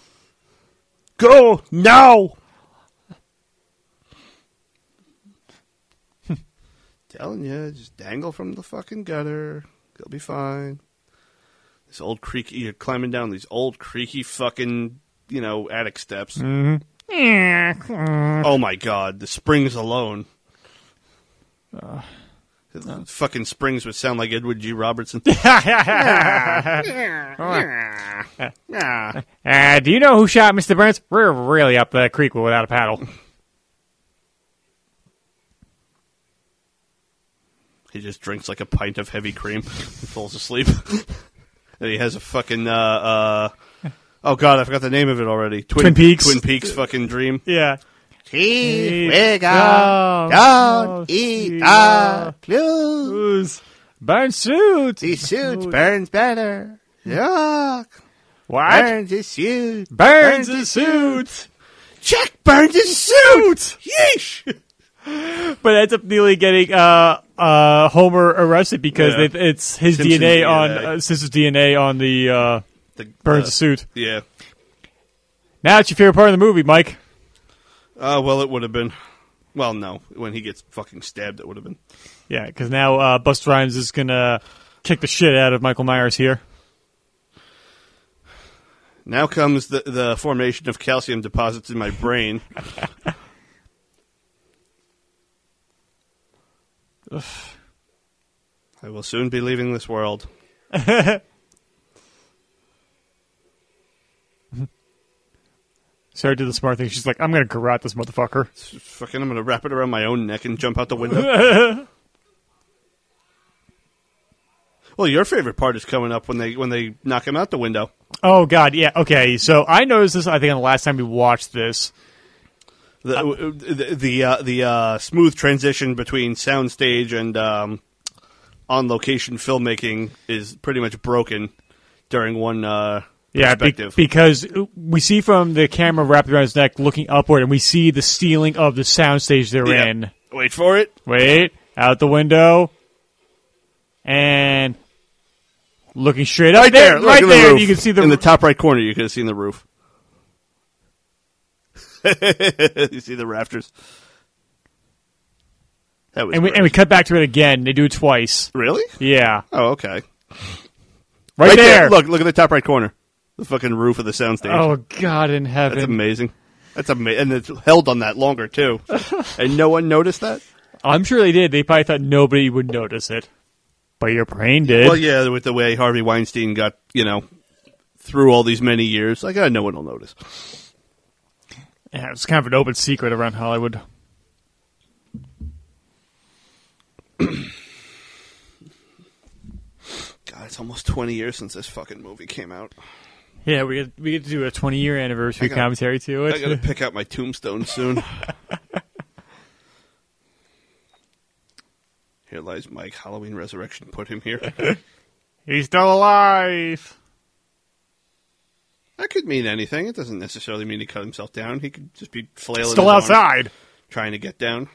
A: Go now. Telling you, just dangle from the fucking gutter. You'll be fine. This old creaky, you're climbing down these old creaky fucking, you know, attic steps.
B: Mm-hmm.
A: Oh my god, the springs alone.
B: Uh,
A: The fucking springs would sound like Edward G. Robertson.
B: Uh, do you know who shot Mr. Burns? We're really up that creek without a paddle.
A: He just drinks like a pint of heavy cream and falls asleep. and he has a fucking uh, uh oh god, I forgot the name of it already.
B: Twin Peaks.
A: Twin Peaks fucking dream.
B: Yeah.
C: Teeth,
B: we
A: Oh.
B: go. Don't eat our
C: clues.
B: Burn suit.
C: The suit burns better. Look,
B: What?
C: burns his suit.
B: Burns the suit.
C: Jack burns his suit. Yeesh.
B: But ends up nearly getting uh, uh, Homer arrested because
A: Yeah.
B: they, it's his
A: Simpson's
B: DNA, on
A: DNA.
B: uh, Simpson's DNA on the uh,
A: The,
B: Burns
A: uh,
B: suit.
A: Yeah.
B: Now it's your favorite part of the movie, Mike.
A: Uh well it would have been well no, when he gets fucking stabbed it would have been.
B: Yeah, because now uh, Buster Rhymes is gonna kick the shit out of Michael Myers here.
A: Now comes the the formation of calcium deposits in my brain. I will soon be leaving this world.
B: Sarah did the smart thing. She's like, "I'm gonna garrote this motherfucker."
A: Fucking, I'm gonna wrap it around my own neck and jump out the window. well, your favorite part is coming up when they when they knock him out the window.
B: Oh God, yeah. Okay, so I noticed this. I think on the last time we watched this,
A: The the the, uh, the uh, smooth transition between soundstage and um, on location filmmaking is pretty much broken during one uh,
B: yeah, be-
A: perspective.
B: because we see from the camera wrapped around his neck, looking upward, and we see the stealing of the soundstage they're
A: Yeah.
B: in.
A: Wait for it.
B: Wait, out the window, and looking straight up
A: Right there, look,
B: right
A: in
B: there.
A: The roof.
B: you can see the,
A: in the top right corner. You could have seen the roof. you see the rafters. That was
B: and we and we
A: great.
B: cut back to it again. They do it twice.
A: really.
B: Yeah,
A: Oh, okay.
B: right, there.
A: Look, look at the top right corner. The fucking roof of the soundstage.
B: Oh God in heaven!
A: That's amazing. That's amazing, and it's held on that longer too. and no one noticed that.
B: I'm sure they did. They probably thought nobody would notice it, but your brain did.
A: Well, yeah, with the way Harvey Weinstein got, you know, through all these many years, like, oh, no one will notice.
B: Yeah, it's kind of an open secret around Hollywood.
A: God, it's almost twenty years since this fucking movie came out.
B: Yeah, we get, we get to do a 20 year anniversary
A: I gotta-
B: commentary to
A: I gotta
B: it.
A: pick out my tombstone soon. here lies Mike. Halloween resurrection put him here.
B: He's still alive.
A: that could mean anything. It doesn't necessarily mean he cut himself down. He could just be flailing.
B: Still
A: his arms,
B: outside.
A: trying to get down.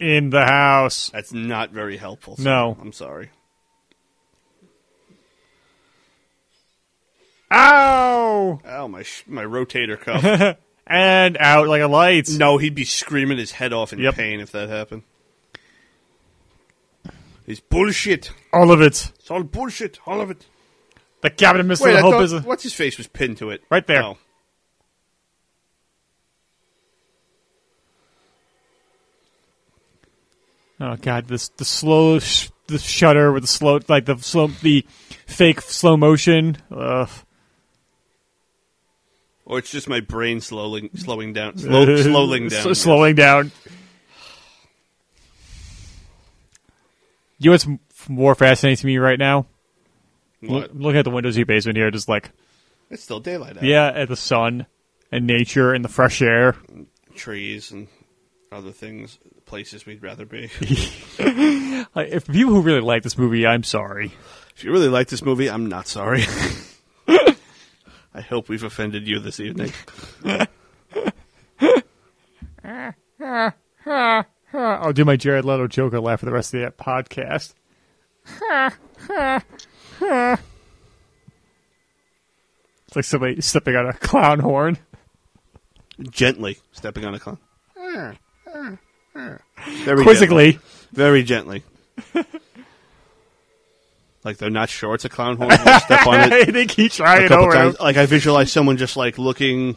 B: In the house.
A: That's not very helpful. sir.
B: No.
A: I'm sorry.
B: Ow!
A: Ow, Oh, my sh- my rotator cuff.
B: And out like a light.
A: no, he'd be screaming his head off in
B: Yep.
A: pain if that happened. It's bullshit.
B: All of it.
A: It's all bullshit. All of it.
B: The cabinet missile
A: Wait, I
B: hope
A: thought,
B: is.
A: what's his face was pinned to it
B: Right there.
A: Oh.
B: Oh god, this the slow sh- the shutter with the slow like the slow the fake slow motion. Ugh.
A: Or it's just my brain slowing slowing down, slow, slowing down.
B: S- slowing down. You know what's m- more fascinating to me right now?
A: What?
B: Look at the windows of your basement here, just like
A: It's still daylight out.
B: yeah, at the sun and nature and the fresh air.
A: Trees and other things, places we'd rather be.
B: Like, if people who really like this movie, I'm sorry.
A: if you really like this movie, I'm not sorry. I hope we've offended you this evening.
B: I'll do my Jared Leto Joker laugh for the rest of the podcast. it's like somebody stepping on a clown horn.
A: Oh, gently stepping on a clown. Very
B: Quizzically.
A: gently. very gently. like they're not sure it's a clown horn. They step on
B: I
A: it
B: think he
A: a
B: tried
A: couple
B: over.
A: times. Like I visualize someone just like looking,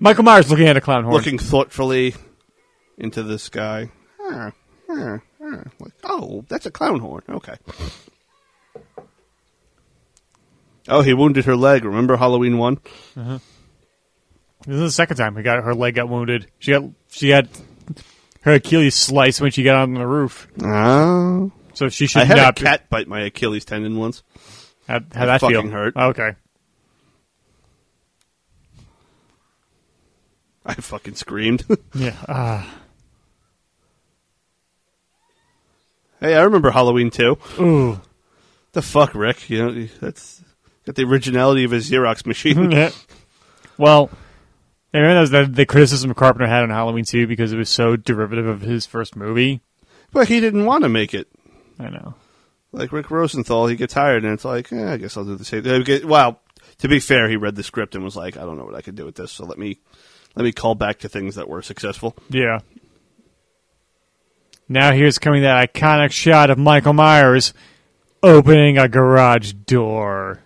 B: Michael Myers looking at a clown horn.
A: looking thoughtfully into the sky. Like, oh, that's a clown horn. Okay. Oh, he wounded her leg. Remember Halloween one?
B: This is the second time we got her leg got wounded. She got she had her Achilles sliced when she got on the roof.
A: Oh.
B: So she should
A: I had a
B: not be-
A: cat bite my Achilles tendon once.
B: How, how that
A: fucking
B: feel?
A: hurt.
B: Okay.
A: I fucking screamed.
B: Yeah. Uh,
A: hey, I remember Halloween too.
B: ooh.
A: The fuck, Rick? You know that's got the originality of a Xerox
B: Mm-hmm.
A: machine.
B: well, I remember that was the, the criticism Carpenter had on Halloween 2 because it was so derivative of his first movie.
A: but he didn't want to make it.
B: I know.
A: Like Rick Rosenthal, he gets hired, and it's like, eh, I guess I'll do the same. Uh, get- Well, to be fair, he read the script and was like, I don't know what I could do with this, so let me let me call back to things that were successful.
B: Yeah. Now here's coming that iconic shot of Michael Myers opening a garage door.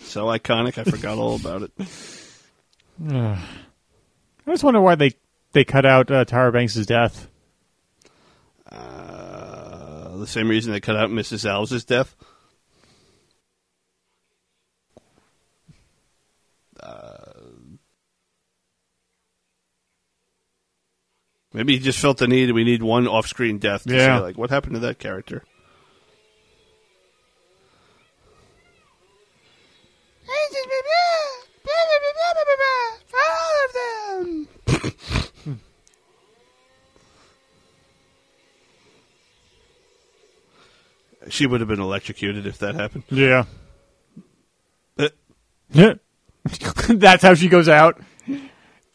A: So iconic, I forgot all about it.
B: I just wonder why they they cut out uh, Tyra Banks' death.
A: Uh, the same reason they cut out Mrs. Alves' death. Uh, maybe he just felt the need. We need one off-screen death. To
B: Yeah.
A: Say, like, what happened to that character? She would have been electrocuted if that happened.
B: Yeah.
A: Uh,
B: That's how she goes out.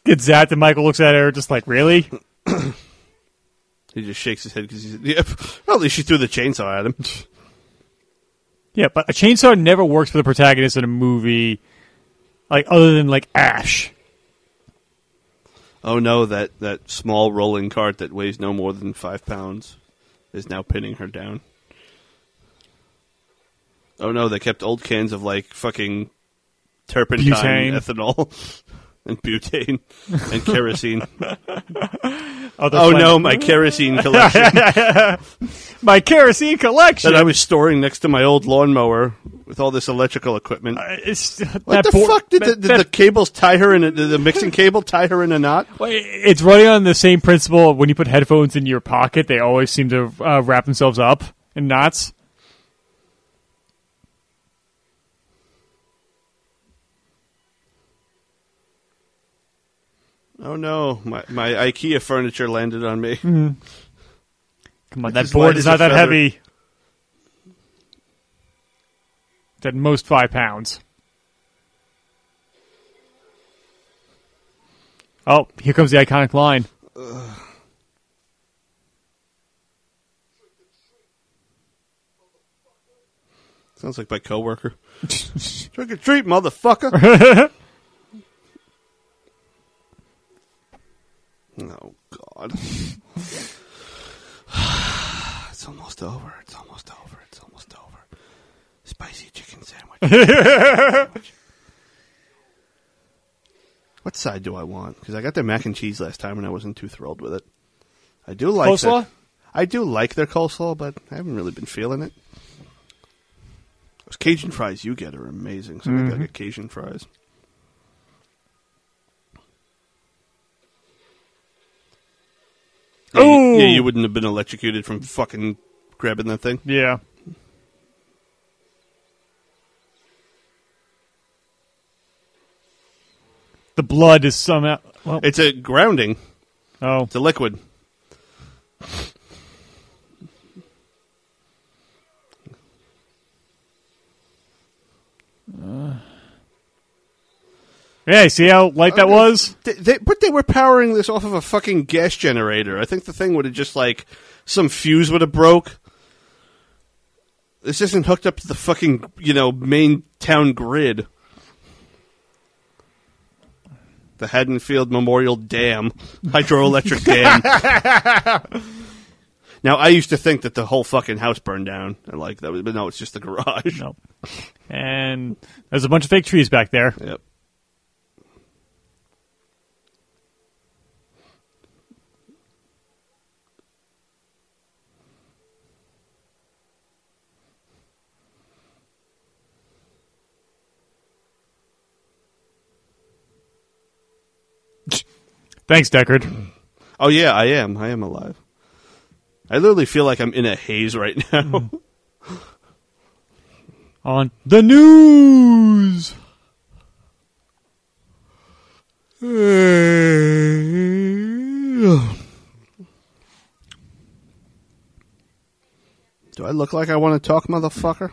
B: Gets zapped, and Michael looks at her just like, really?
A: He just shakes his head because he's. Yeah, well, at least she threw the chainsaw at him.
B: Yeah, but a chainsaw never works for the protagonist in a movie, like other than like Ash.
A: Oh no, that, that small rolling cart that weighs no more than five pounds is now pinning her down. Oh no, they kept old cans of like fucking turpentine,
B: Butane.
A: ethanol, and butane, and kerosene.
B: Other
A: oh
B: flan-
A: no, my kerosene collection
B: my kerosene collection.
A: that I was storing next to my old lawnmower with all this electrical equipment.
B: Uh, it's,
A: what
B: that
A: the
B: bo-
A: fuck did,
B: that-
A: the, did the cables tie her in? A, did the mixing cable tie her in a knot?
B: Well, It's running on the same principle. of When you put headphones in your pocket, they always seem to uh, wrap themselves up in knots.
A: Oh no, my my IKEA furniture landed on me.
B: Come on,
A: as
B: that
A: light
B: board is
A: as a
B: not that
A: feather.
B: heavy. It's At most five pounds. Oh, here comes the iconic line.
A: Sounds like my coworker. Trick or treat, motherfucker. oh God. it's almost over. It's almost over. It's almost over. Spicy chicken sandwich. what side do I want? Because I got their mac and cheese last time, and I wasn't too thrilled with it. I do like their-
B: Coleslaw?
A: I do like their coleslaw, but I haven't really been feeling it. Those Cajun fries you get are amazing, so maybe I'll get Cajun fries. Yeah, you, yeah,
B: Oh!
A: you wouldn't have been electrocuted from fucking grabbing that thing.
B: Yeah. The blood is somehow. Well,
A: It's a grounding.
B: oh,
A: It's a liquid.
B: yeah. you See how light that was?
A: They, they, but they were powering this off of a fucking gas generator. I think the thing would have just like some fuse would have broke. This isn't hooked up to the fucking you know main town grid. The Haddonfield Memorial Dam, hydroelectric dam. Now I used to think that the whole fucking house burned down, and like that was, but no, it's just the garage.
B: No. And there's a bunch of fake trees back there.
A: Yep.
B: Thanks, Deckard.
A: Oh yeah, I am. I am alive. I literally feel like I'm in a haze right now.
B: On the news.
A: Do I look like I want to talk, motherfucker?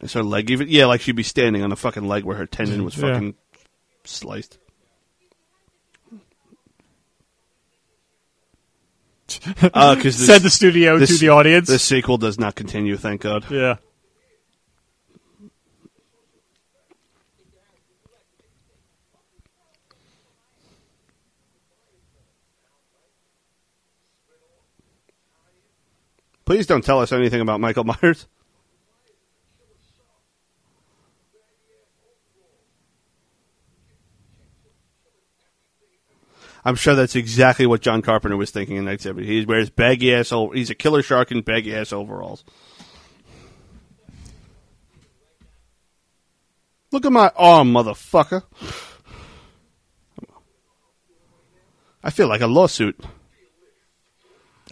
A: Is her leg even? Yeah, like she'd be standing on a fucking leg where her tendon was
B: Yeah.
A: fucking sliced. Uh, cause this,
B: Said the studio to
A: this-
B: the audience.
A: this sequel does not continue, thank God.
B: yeah.
A: Please don't tell us anything about Michael Myers. I'm sure that's exactly what John Carpenter was thinking in Night's Every. He wears baggy ass. o- He's a killer shark in baggy ass overalls. Look at my arm, motherfucker. I feel like a lawsuit.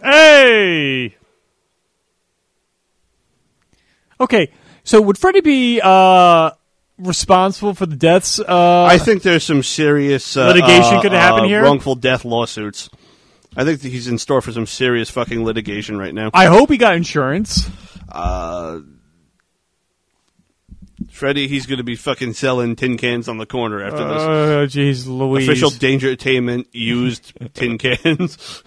B: Hey. Okay, so would Freddy be uh, responsible for the deaths? Uh,
A: I think there's some serious uh,
B: Litigation
A: uh,
B: could happen
A: uh,
B: here?
A: Wrongful death lawsuits. I think that he's in store for some serious fucking litigation right now. Uh,
B: I hope he got insurance. Uh,
A: Freddie, he's going to be fucking selling tin cans on the corner after this.
B: Oh, jeez, Louise.
A: Official danger attainment used tin cans.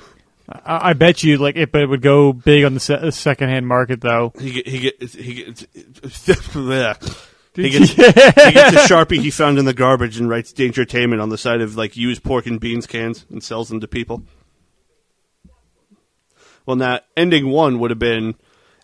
B: I-, I bet you, like, it, but it would go big on the se- secondhand market, though.
A: He get, he get, he gets he gets he gets a sharpie he found in the garbage and writes danger attainment on the side of like used pork and beans cans and sells them to people. Well, now ending one would have been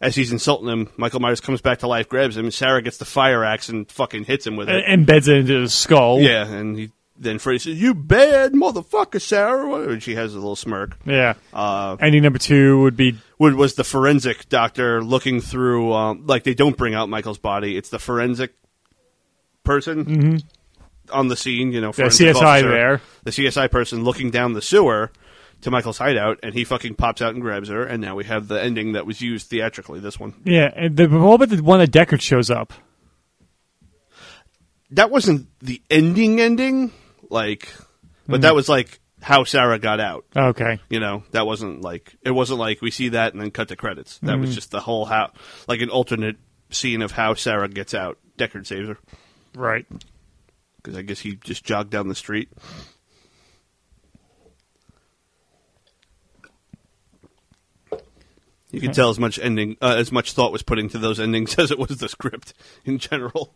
A: as he's insulting him. Michael Myers comes back to life, grabs him, and Sarah gets the fire axe and fucking hits him with it.
B: And embeds it into his skull.
A: yeah, and he then Freddy says, "You bad motherfucker, Sarah," and she has a little smirk.
B: Yeah.
A: Uh,
B: Ending number two would be
A: would- was the forensic doctor looking through um, like they don't bring out Michael's body. It's the forensic person on the scene, you know,
B: Mm-hmm. the CSI
A: forensic officer.
B: there.
A: The CSI person looking down the sewer to Michael's hideout and he fucking pops out and grabs her and now we have the ending that was used theatrically this one.
B: Yeah, and the what about the one that Deckard shows up?
A: That wasn't the ending ending like but
B: Mm-hmm.
A: that was like how Sarah got out.
B: Okay.
A: You know, that wasn't like it wasn't like we see that and then cut to credits. That was just the whole how like an alternate scene of how Sarah gets out. Deckard saves her
B: Right.
A: because I guess he just jogged down the street. You can tell as much ending uh, as much thought was put into those endings as it was the script in general.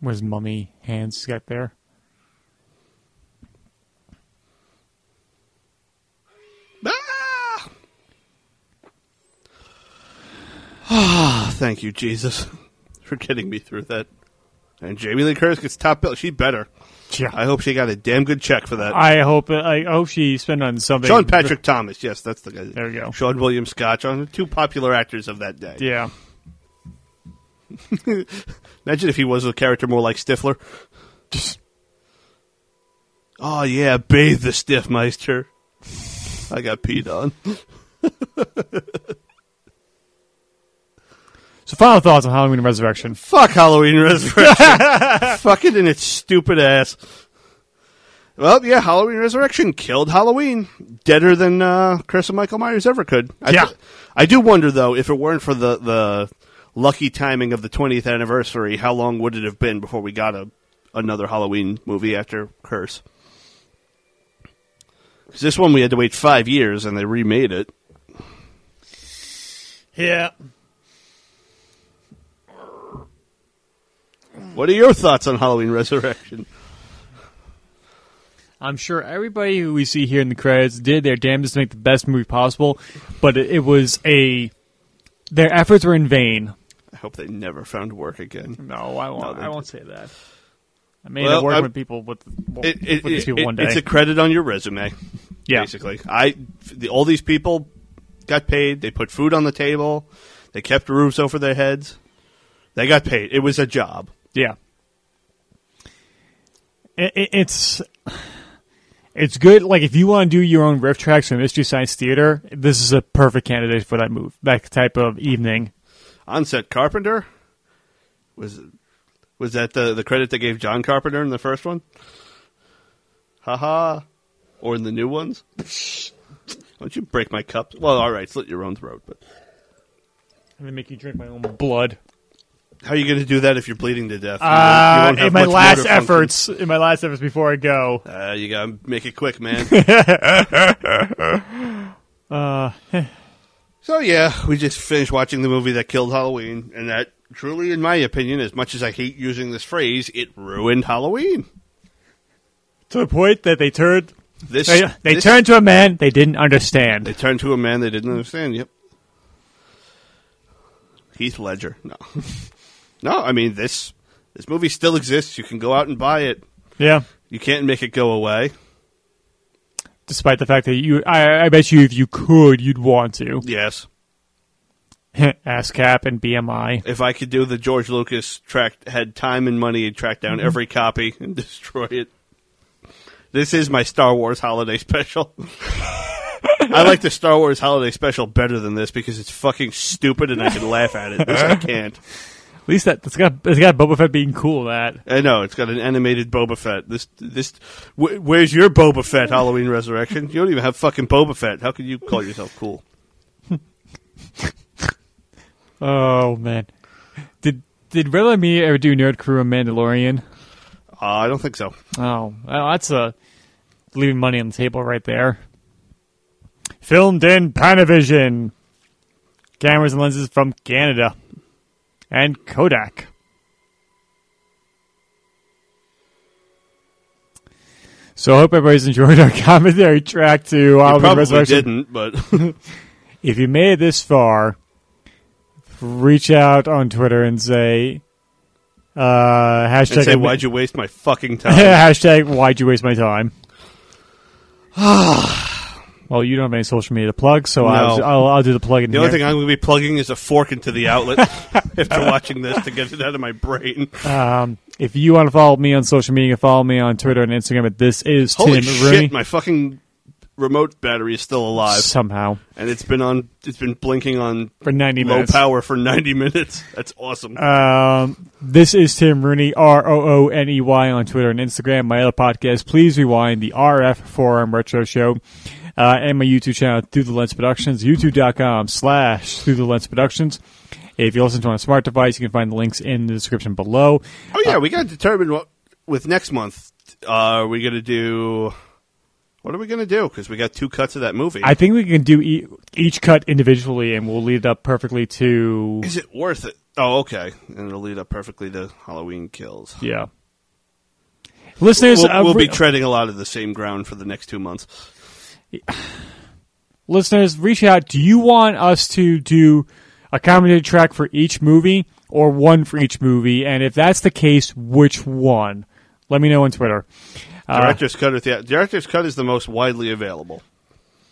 B: Where's mummy hands got there?
A: Ah! Ah, thank you, Jesus, for getting me through that. And Jamie Lee Curtis gets top bill. She better.
B: Yeah.
A: I hope she got a damn good check for that.
B: I hope I hope she spent on something.
A: Sean Patrick Thomas. Yes, that's the guy.
B: There you go.
A: Sean William Scott. Sean, two popular actors of that day.
B: Yeah.
A: Imagine if he was a character more like Stifler. oh yeah, bathe the Stiffmeister. I got peed on.
B: So final thoughts on Halloween Resurrection.
A: Fuck Halloween Resurrection. Fuck it in its stupid ass. Well, yeah, Halloween Resurrection killed Halloween deader than uh, Chris and Michael Myers ever could. I
B: Yeah.
A: I do wonder though if it weren't for the the lucky timing of the 20th anniversary, how long would it have been before we got a another Halloween movie after Curse? 'Cause this one we had to wait five years and they remade it.
B: Yeah.
A: What are your thoughts on Halloween Resurrection?
B: I'm sure everybody who we see here in the credits did their damnedest to make the best movie possible, but it, it was a their efforts were in vain.
A: I hope they never found work again.
B: No, I won't.
A: No, they
B: I won't say that. I made
A: Well,
B: it work
A: I'm-
B: with people with, with
A: It- it-
B: these
A: it-
B: people
A: it-
B: one day.
A: It's a credit on your resume.
B: Yeah.
A: basically. I the, all these people got paid. They put food on the table. They kept roofs over their heads. They got paid. It was a job.
B: yeah. It, it, it's it's good. Like if you want to do your own riff tracks from Mystery Science Theater, this is a perfect candidate for that move, that type of evening.
A: Onset Carpenter was was that the the credit they gave John Carpenter in the first one? Haha. Or in the new ones? Don't you break my cup? Well, all right, slit your own throat. But
B: I'm gonna make you drink my own blood.
A: how are you going to do that if you're bleeding to death? You won't- you
B: Uh,
A: won't have
B: in my
A: much
B: last
A: motor function.
B: efforts, in my last efforts before I go,
A: Uh, you gotta make it quick, man.
B: Uh, eh.
A: so yeah, we just finished watching the movie that killed Halloween, and that truly, in my opinion, as much as I hate using this phrase, it ruined Halloween.
B: to the point that they turned,
A: This
B: they, they
A: this-
B: turned to a man they didn't understand.
A: they turned to a man they didn't understand. Yep, Heath Ledger. No, no, I mean this this movie still exists. You can go out and buy it.
B: yeah,
A: You can't make it go away.
B: despite the fact that you, I, I bet you, if you could, you'd want to.
A: Yes,
B: ASCAP and BMI.
A: if I could do the George Lucas track, had time and money, he'd track
B: Mm-hmm.
A: down every copy and destroy it. This is my Star Wars holiday special. I like the Star Wars holiday special better than this because it's fucking stupid and I can laugh at it. This I can't.
B: At least that it's got it's got Boba Fett being cool. That
A: I know it's got an animated Boba Fett. This this wh- where's your Boba Fett Halloween Resurrection? You don't even have fucking Boba Fett. How can you call yourself cool?
B: oh man, did did Red and me ever do Nerd Crew and Mandalorian?
A: Uh, I don't think so.
B: Oh, well, that's a leaving money on the table right there. Filmed in Panavision. Cameras and lenses from Canada. And Kodak. So I hope everybody's enjoyed our commentary track to
A: You
B: Halloween
A: probably
B: Resurrection.
A: didn't, but
B: If you made it this far, reach out on Twitter and say uh, hashtag
A: and say why'd you waste my fucking time?
B: hashtag why'd you waste my time well you don't have any social media to plug so I'll,
A: No.
B: I'll, I'll do the plug in
A: The
B: here.
A: only thing I'm going to be plugging is a fork into the outlet after watching this to get it out of my brain.
B: if you want to follow me on social media follow me on twitter and instagram at this is
A: Holy
B: tim
A: shit,
B: rooney
A: my fucking remote battery is still alive,
B: somehow
A: and it's been on. It's been blinking on
B: for 90
A: low
B: minutes
A: power for 90 minutes. That's awesome.
B: um, this is tim rooney r-o-o-n-e-y E on twitter and instagram my other podcast please rewind the rf forum retro show uh, and my youtube channel through the lens productions youtube.com slash through the lens productions if you listen to it on a smart device you can find the links in the description below
A: oh yeah, we got to determine what with next month. Uh, are we going to do? What are we going to do? Because we got two cuts of that movie.
B: I think we can do e- each cut individually, and we'll lead up perfectly to
A: is it worth it? Oh, okay, and it'll lead up perfectly to Halloween kills.
B: yeah. Listeners,
A: We'll,
B: uh,
A: we'll be
B: re-
A: treading a lot of the same ground for the next two months.
B: listeners, reach out. Do you want us to do a commentary track for each movie, or one for each movie? And if that's the case, which one? Let me know on Twitter. Uh,
A: Director's cut or the director's cut is the most widely available.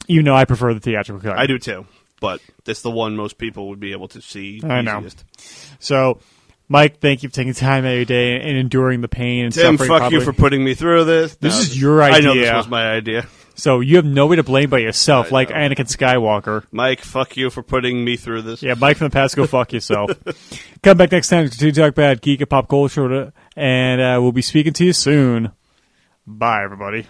B: you know I prefer the theatrical cut.
A: I do too, but it's the one most people would be able to see
B: I know.
A: easiest.
B: So, Mike, thank you for taking time out of your day and enduring the pain and
A: Tim, fuck
B: suffering.
A: you
B: probably.
A: for putting me through this.
B: This
A: No,
B: is your
A: I know this
B: idea.
A: was my idea.
B: So you have nobody to blame but yourself,
A: I
B: like
A: know.
B: Anakin Skywalker.
A: Mike, fuck you for putting me through this.
B: Yeah, Mike from the past, go fuck yourself. Come back next time to talk about geek and pop culture, and uh, we'll be speaking to you soon. Bye, everybody.